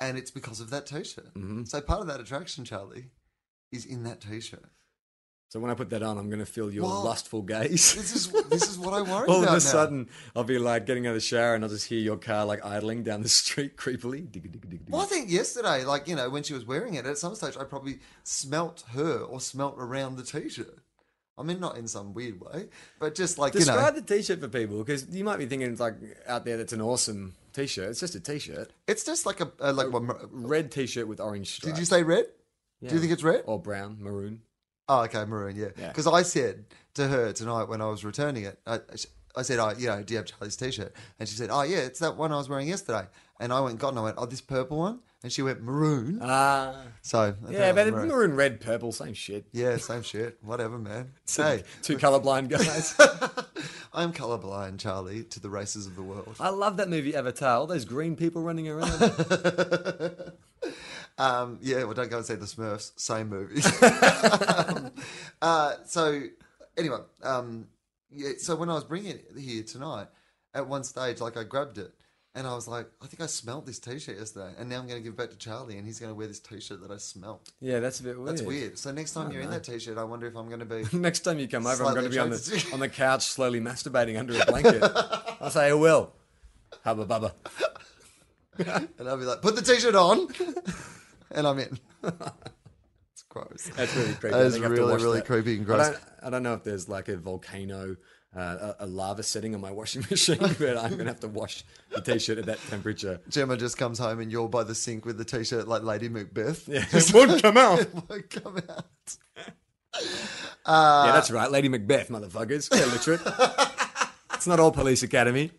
Speaker 3: and it's because of that T-shirt.
Speaker 2: Mm-hmm.
Speaker 3: So part of that attraction, Charlie, is in that T-shirt.
Speaker 2: So when I put that on, I'm going to feel your
Speaker 3: Wow.
Speaker 2: lustful gaze.
Speaker 3: This is this is what I worry
Speaker 2: All
Speaker 3: about.
Speaker 2: of
Speaker 3: now.
Speaker 2: a sudden, I'll be like getting out of the shower and I'll just hear your car like idling down the street creepily. Digga, digga, digga, digga.
Speaker 3: Well, I think yesterday, like you know, when she was wearing it, at some stage, I probably smelt her or smelt around the T-shirt. I mean, not in some weird way, but just like you know,
Speaker 2: Describe the t-shirt for people because you might be thinking it's like out there that's an awesome t-shirt. It's just a t-shirt,
Speaker 3: it's just like a, a
Speaker 2: Uh,
Speaker 3: like. what,
Speaker 2: red t-shirt with orange stripes.
Speaker 3: did you say red? Do you
Speaker 2: Yeah.
Speaker 3: think it's red?
Speaker 2: or brown, maroon?
Speaker 3: Oh, okay, maroon, yeah.
Speaker 2: Yeah.
Speaker 3: Because I said to her tonight when I was returning it, I, I said, oh, you know, do you have Charlie's t-shirt? And she said, oh, yeah, it's that one I was wearing yesterday. And I went and got and I went, oh, this purple one? And she went, maroon.
Speaker 2: Ah,
Speaker 3: so, I
Speaker 2: yeah,
Speaker 3: thought it
Speaker 2: but
Speaker 3: was
Speaker 2: maroon. red, purple, same shit.
Speaker 3: Yeah, same shit. Whatever, man. Hey,
Speaker 2: Two colorblind guys.
Speaker 3: I'm colorblind, Charlie, to the races of the world.
Speaker 2: I love that movie Avatar. All those green people running around.
Speaker 3: Um, yeah, well, don't go and see the Smurfs. Same movie. uh, so, anyway, um, yeah, so when I was bringing it here tonight, at one stage, like I grabbed it And I was like, I think I smelt this T-shirt yesterday, and now I'm going to give it back to Charlie, and he's going to wear this T-shirt that I smelt.
Speaker 2: Yeah, that's a bit weird.
Speaker 3: That's weird. So next time you're in that T-shirt, I wonder if I'm going to be.
Speaker 2: Next time you come over, I'm going to
Speaker 3: Slightly
Speaker 2: be on the
Speaker 3: attracted.
Speaker 2: on the couch, slowly masturbating under a blanket. I'll say, "Oh well, hubba bubba."
Speaker 3: And I'll be like, put the T-shirt on, and I'm in. it's gross.
Speaker 2: That's really creepy.
Speaker 3: That
Speaker 2: I
Speaker 3: is
Speaker 2: think I have to
Speaker 3: really,
Speaker 2: watch
Speaker 3: really
Speaker 2: that.
Speaker 3: creepy and
Speaker 2: I
Speaker 3: gross.
Speaker 2: don't, I don't know if there's like a volcano, uh, a, a lava setting on my washing machine, but I'm gonna have to wash the t-shirt at that temperature.
Speaker 3: Gemma just comes home, and you're by the sink with the T-shirt like Lady Macbeth.
Speaker 2: Yeah, it won't come out.
Speaker 3: Won't come out.
Speaker 2: yeah, that's right, Lady Macbeth, motherfuckers. Get literate. it's not all police academy.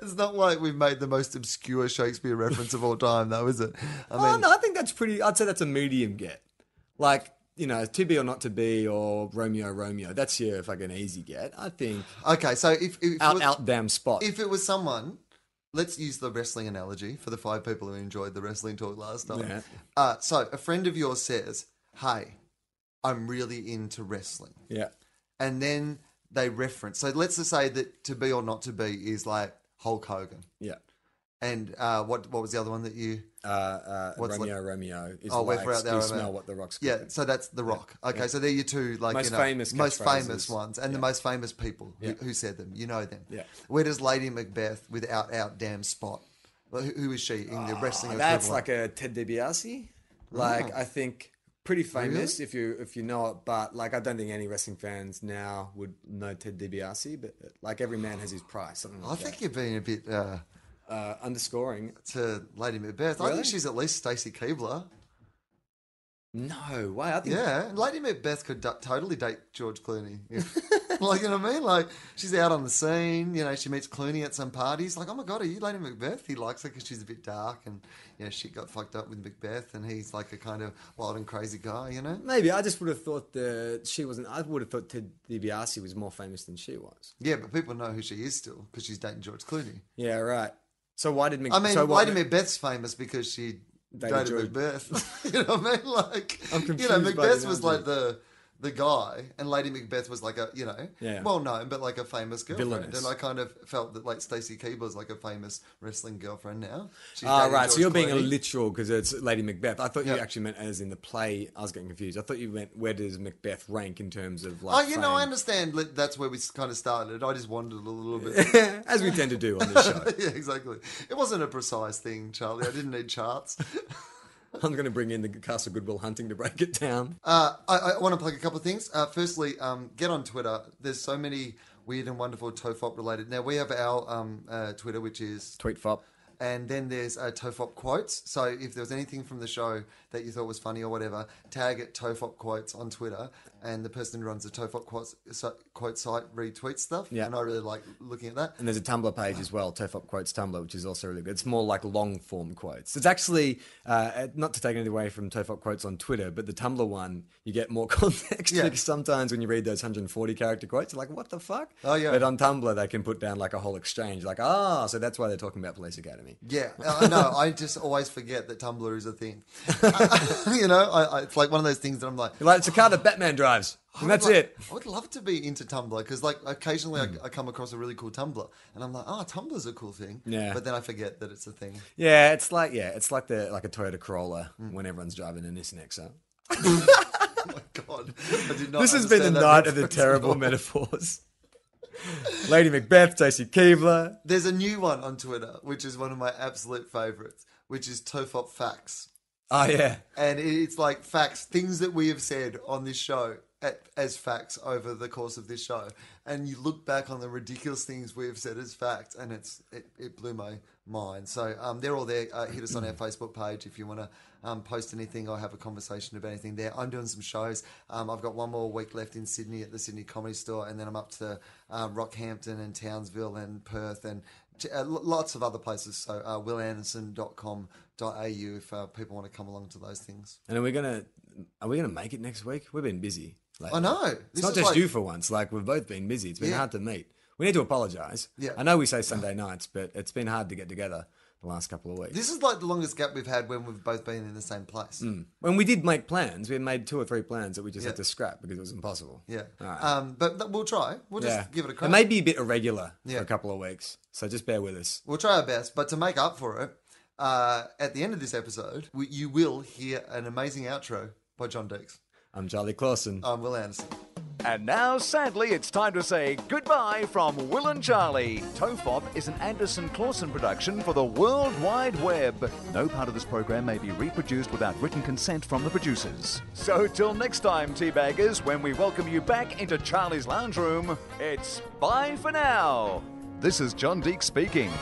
Speaker 3: It's not like we've made the most obscure Shakespeare reference of all time, though, is it? I mean,
Speaker 2: oh no, I think that's pretty. I'd say that's a medium get. Like you know, to be or not to be, or Romeo, Romeo. That's your fucking easy get. I think
Speaker 3: okay. So if if, it
Speaker 2: out,
Speaker 3: was,
Speaker 2: out, damn spot.
Speaker 3: if it was someone, let's use the wrestling analogy for the five people who enjoyed the wrestling talk last time.
Speaker 2: Yeah.
Speaker 3: Uh, so a friend of yours says, "Hey, I'm really into wrestling,"
Speaker 2: yeah,
Speaker 3: and then they reference. So let's just say that to be or not to be is like Hulk Hogan.
Speaker 2: yeah.
Speaker 3: And uh, what what was the other one that you?
Speaker 2: Uh, uh,
Speaker 3: What's
Speaker 2: Romeo, Romeo. Is
Speaker 3: Oh,
Speaker 2: oh,
Speaker 3: we're
Speaker 2: like,
Speaker 3: for out there,
Speaker 2: you
Speaker 3: Romeo.
Speaker 2: smell what the rocks.
Speaker 3: Yeah,
Speaker 2: cooking.
Speaker 3: so that's The Rock. Okay, so they're your two like
Speaker 2: Most
Speaker 3: you know,
Speaker 2: famous
Speaker 3: most famous
Speaker 2: catchphrases.
Speaker 3: ones, and the most famous people
Speaker 2: Yeah.
Speaker 3: who, who said them. You know them.
Speaker 2: Yeah.
Speaker 3: Where does Lady Macbeth without out damn spot? Well, who, who is she in the wrestling?
Speaker 2: Oh, that's
Speaker 3: equivalent?
Speaker 2: like a Ted DiBiase.
Speaker 3: Ah.
Speaker 2: Like I think pretty famous if you if you know it, but like I don't think any wrestling fans now would know Ted DiBiase. But like every man has his price. Something like
Speaker 3: I think you've been a bit uh,
Speaker 2: that. Uh, underscoring.
Speaker 3: to Lady Macbeth. I
Speaker 2: Really?
Speaker 3: think she's at least Stacey Keebler.
Speaker 2: No way. I think
Speaker 3: Yeah, and Lady Macbeth could du- totally date George Clooney. if- like you know what I mean? Like she's out on the scene. You know, she meets Clooney at some parties. Like, oh my god, are you Lady Macbeth? He likes her because she's a bit dark, and you know, she got fucked up with Macbeth, and he's like a kind of wild and crazy guy. You know?
Speaker 2: Maybe I just would have thought that she wasn't. I would have thought Ted DiBiase was more famous than she was.
Speaker 3: Yeah, but people know who she is still because she's dating George Clooney.
Speaker 2: Yeah, right. So why did Mc-
Speaker 3: I mean,
Speaker 2: so what-
Speaker 3: Lady Macbeth's famous because she
Speaker 2: Dated
Speaker 3: dated
Speaker 2: George-
Speaker 3: Macbeth. you know what I mean? Like,
Speaker 2: I'm
Speaker 3: you
Speaker 2: confused by
Speaker 3: know,
Speaker 2: the
Speaker 3: Macbeth was
Speaker 2: analogy.
Speaker 3: like the the guy, and Lady Macbeth was like a you know,
Speaker 2: Yeah.
Speaker 3: well known, but like a famous girlfriend.
Speaker 2: Villainous.
Speaker 3: And I kind of felt that like Stacey Keebler's like a famous wrestling girlfriend now. She's
Speaker 2: Ah,
Speaker 3: dating
Speaker 2: right. So
Speaker 3: George
Speaker 2: you're being a
Speaker 3: Clooney.
Speaker 2: literal because it's Lady Macbeth. I thought
Speaker 3: Yeah.
Speaker 2: you actually meant as in the play. I was getting confused. I thought you meant where does Macbeth rank in terms of
Speaker 3: Oh,
Speaker 2: like.
Speaker 3: you know, I
Speaker 2: fame?
Speaker 3: understand. li- That's where we s- kind of started. I just wandered a little bit.
Speaker 2: as we tend to do on this show.
Speaker 3: yeah, exactly. It wasn't a precise thing, Charlie. I didn't need charts.
Speaker 2: I'm going to bring in the Castle Goodwill Hunting to break it down.
Speaker 3: Uh, I, I want to plug a couple of things. Uh, firstly, um, get on Twitter. There's so many weird and wonderful Tofop related. Now we have our um, uh, Twitter, which is,
Speaker 2: Tweet fop.
Speaker 3: and then there's uh, Tofop quotes. So if there was anything from the show that you thought was funny or whatever, tag it Tofop quotes on Twitter, and the person who runs the Tofop quotes so, quote site retweets stuff.
Speaker 2: Yeah.
Speaker 3: and I really like looking at that.
Speaker 2: And there's a Tumblr page as well, Tofop Quotes Tumblr, which is also really good. It's more like long form quotes. It's actually, uh, not to take anything away from Tofop Quotes on Twitter, but the Tumblr one, you get more context.
Speaker 3: Yeah.
Speaker 2: Because sometimes when you read those 140 character quotes, you're like, what the fuck?
Speaker 3: Oh, yeah.
Speaker 2: But on Tumblr, they can put down like a whole exchange, like, ah, so that's why they're talking about Police Academy.
Speaker 3: Yeah, I know. I just always forget that Tumblr is a thing. you know, I, I, it's like one of those things that I'm like,
Speaker 2: You're like, it's a car that Batman drives. And
Speaker 3: I would
Speaker 2: that's
Speaker 3: like-
Speaker 2: it. Hmm.
Speaker 3: I would love to be into Tumblr because, like, occasionally I, I come across a really cool Tumblr, and I'm like, oh, Tumblr's a cool thing.
Speaker 2: Yeah.
Speaker 3: But then I forget that it's a thing.
Speaker 2: Yeah, it's like, yeah, it's like the like a Toyota Corolla
Speaker 3: Hmm.
Speaker 2: when everyone's driving an Nissan Nexo.
Speaker 3: Oh my god, I did not.
Speaker 2: This has been the
Speaker 3: understand that
Speaker 2: night of the
Speaker 3: reference at all.
Speaker 2: terrible metaphors. Lady Macbeth, Stacey Keebler.
Speaker 3: There's a new one on Twitter, which is one of my absolute favorites, which is Tofop Facts,
Speaker 2: Oh yeah,
Speaker 3: and it- it's like facts, things that we have said on this show. At, as facts over the course of this show, and you look back on the ridiculous things we have said as facts, and it's it, it blew my mind. So um, they're all there. Uh, hit us on our Facebook page if you want to um, post anything or have a conversation about anything there. I'm doing some shows. Um, I've got one more week left in Sydney at the Sydney Comedy Store, and then I'm up to um, Rockhampton and Townsville and Perth and t- uh, lo- lots of other places. So uh, willanderson.com.au if uh, people want to come along to those things.
Speaker 2: and are we gonna are we gonna make it next week? We've been busy. Lately.
Speaker 3: I know.
Speaker 2: It's
Speaker 3: This
Speaker 2: not
Speaker 3: is
Speaker 2: just
Speaker 3: like-
Speaker 2: you for once. Like we've both been busy. It's been
Speaker 3: Yeah.
Speaker 2: hard to meet. We need to apologise.
Speaker 3: Yeah.
Speaker 2: I know we say Sunday nights, but it's been hard to get together. the last couple of weeks.
Speaker 3: This is like the longest gap we've had when we've both been in the same place.
Speaker 2: when we did make plans, we made two or three plans that we just
Speaker 3: Yeah.
Speaker 2: had to scrap because it was impossible.
Speaker 3: Yeah.
Speaker 2: Alright.
Speaker 3: Um, but th- we'll try. We'll just give it a crack.
Speaker 2: It may be a bit irregular
Speaker 3: Yeah.
Speaker 2: for a couple of weeks, so just bear with us.
Speaker 3: We'll try our best, but to make up for it, uh, at the end of this episode, we, you will hear an amazing outro by John Deeks.
Speaker 2: I'm Charlie Clausen.
Speaker 3: I'm Will Anderson.
Speaker 4: And now, sadly, it's time to say goodbye from Will and Charlie. Tofop is an Anderson Clausen production for the World Wide Web. No part of this program may be reproduced without written consent from the producers. So, till next time, teabaggers, when we welcome you back into Charlie's lounge room, it's bye for now. This is John Deek speaking.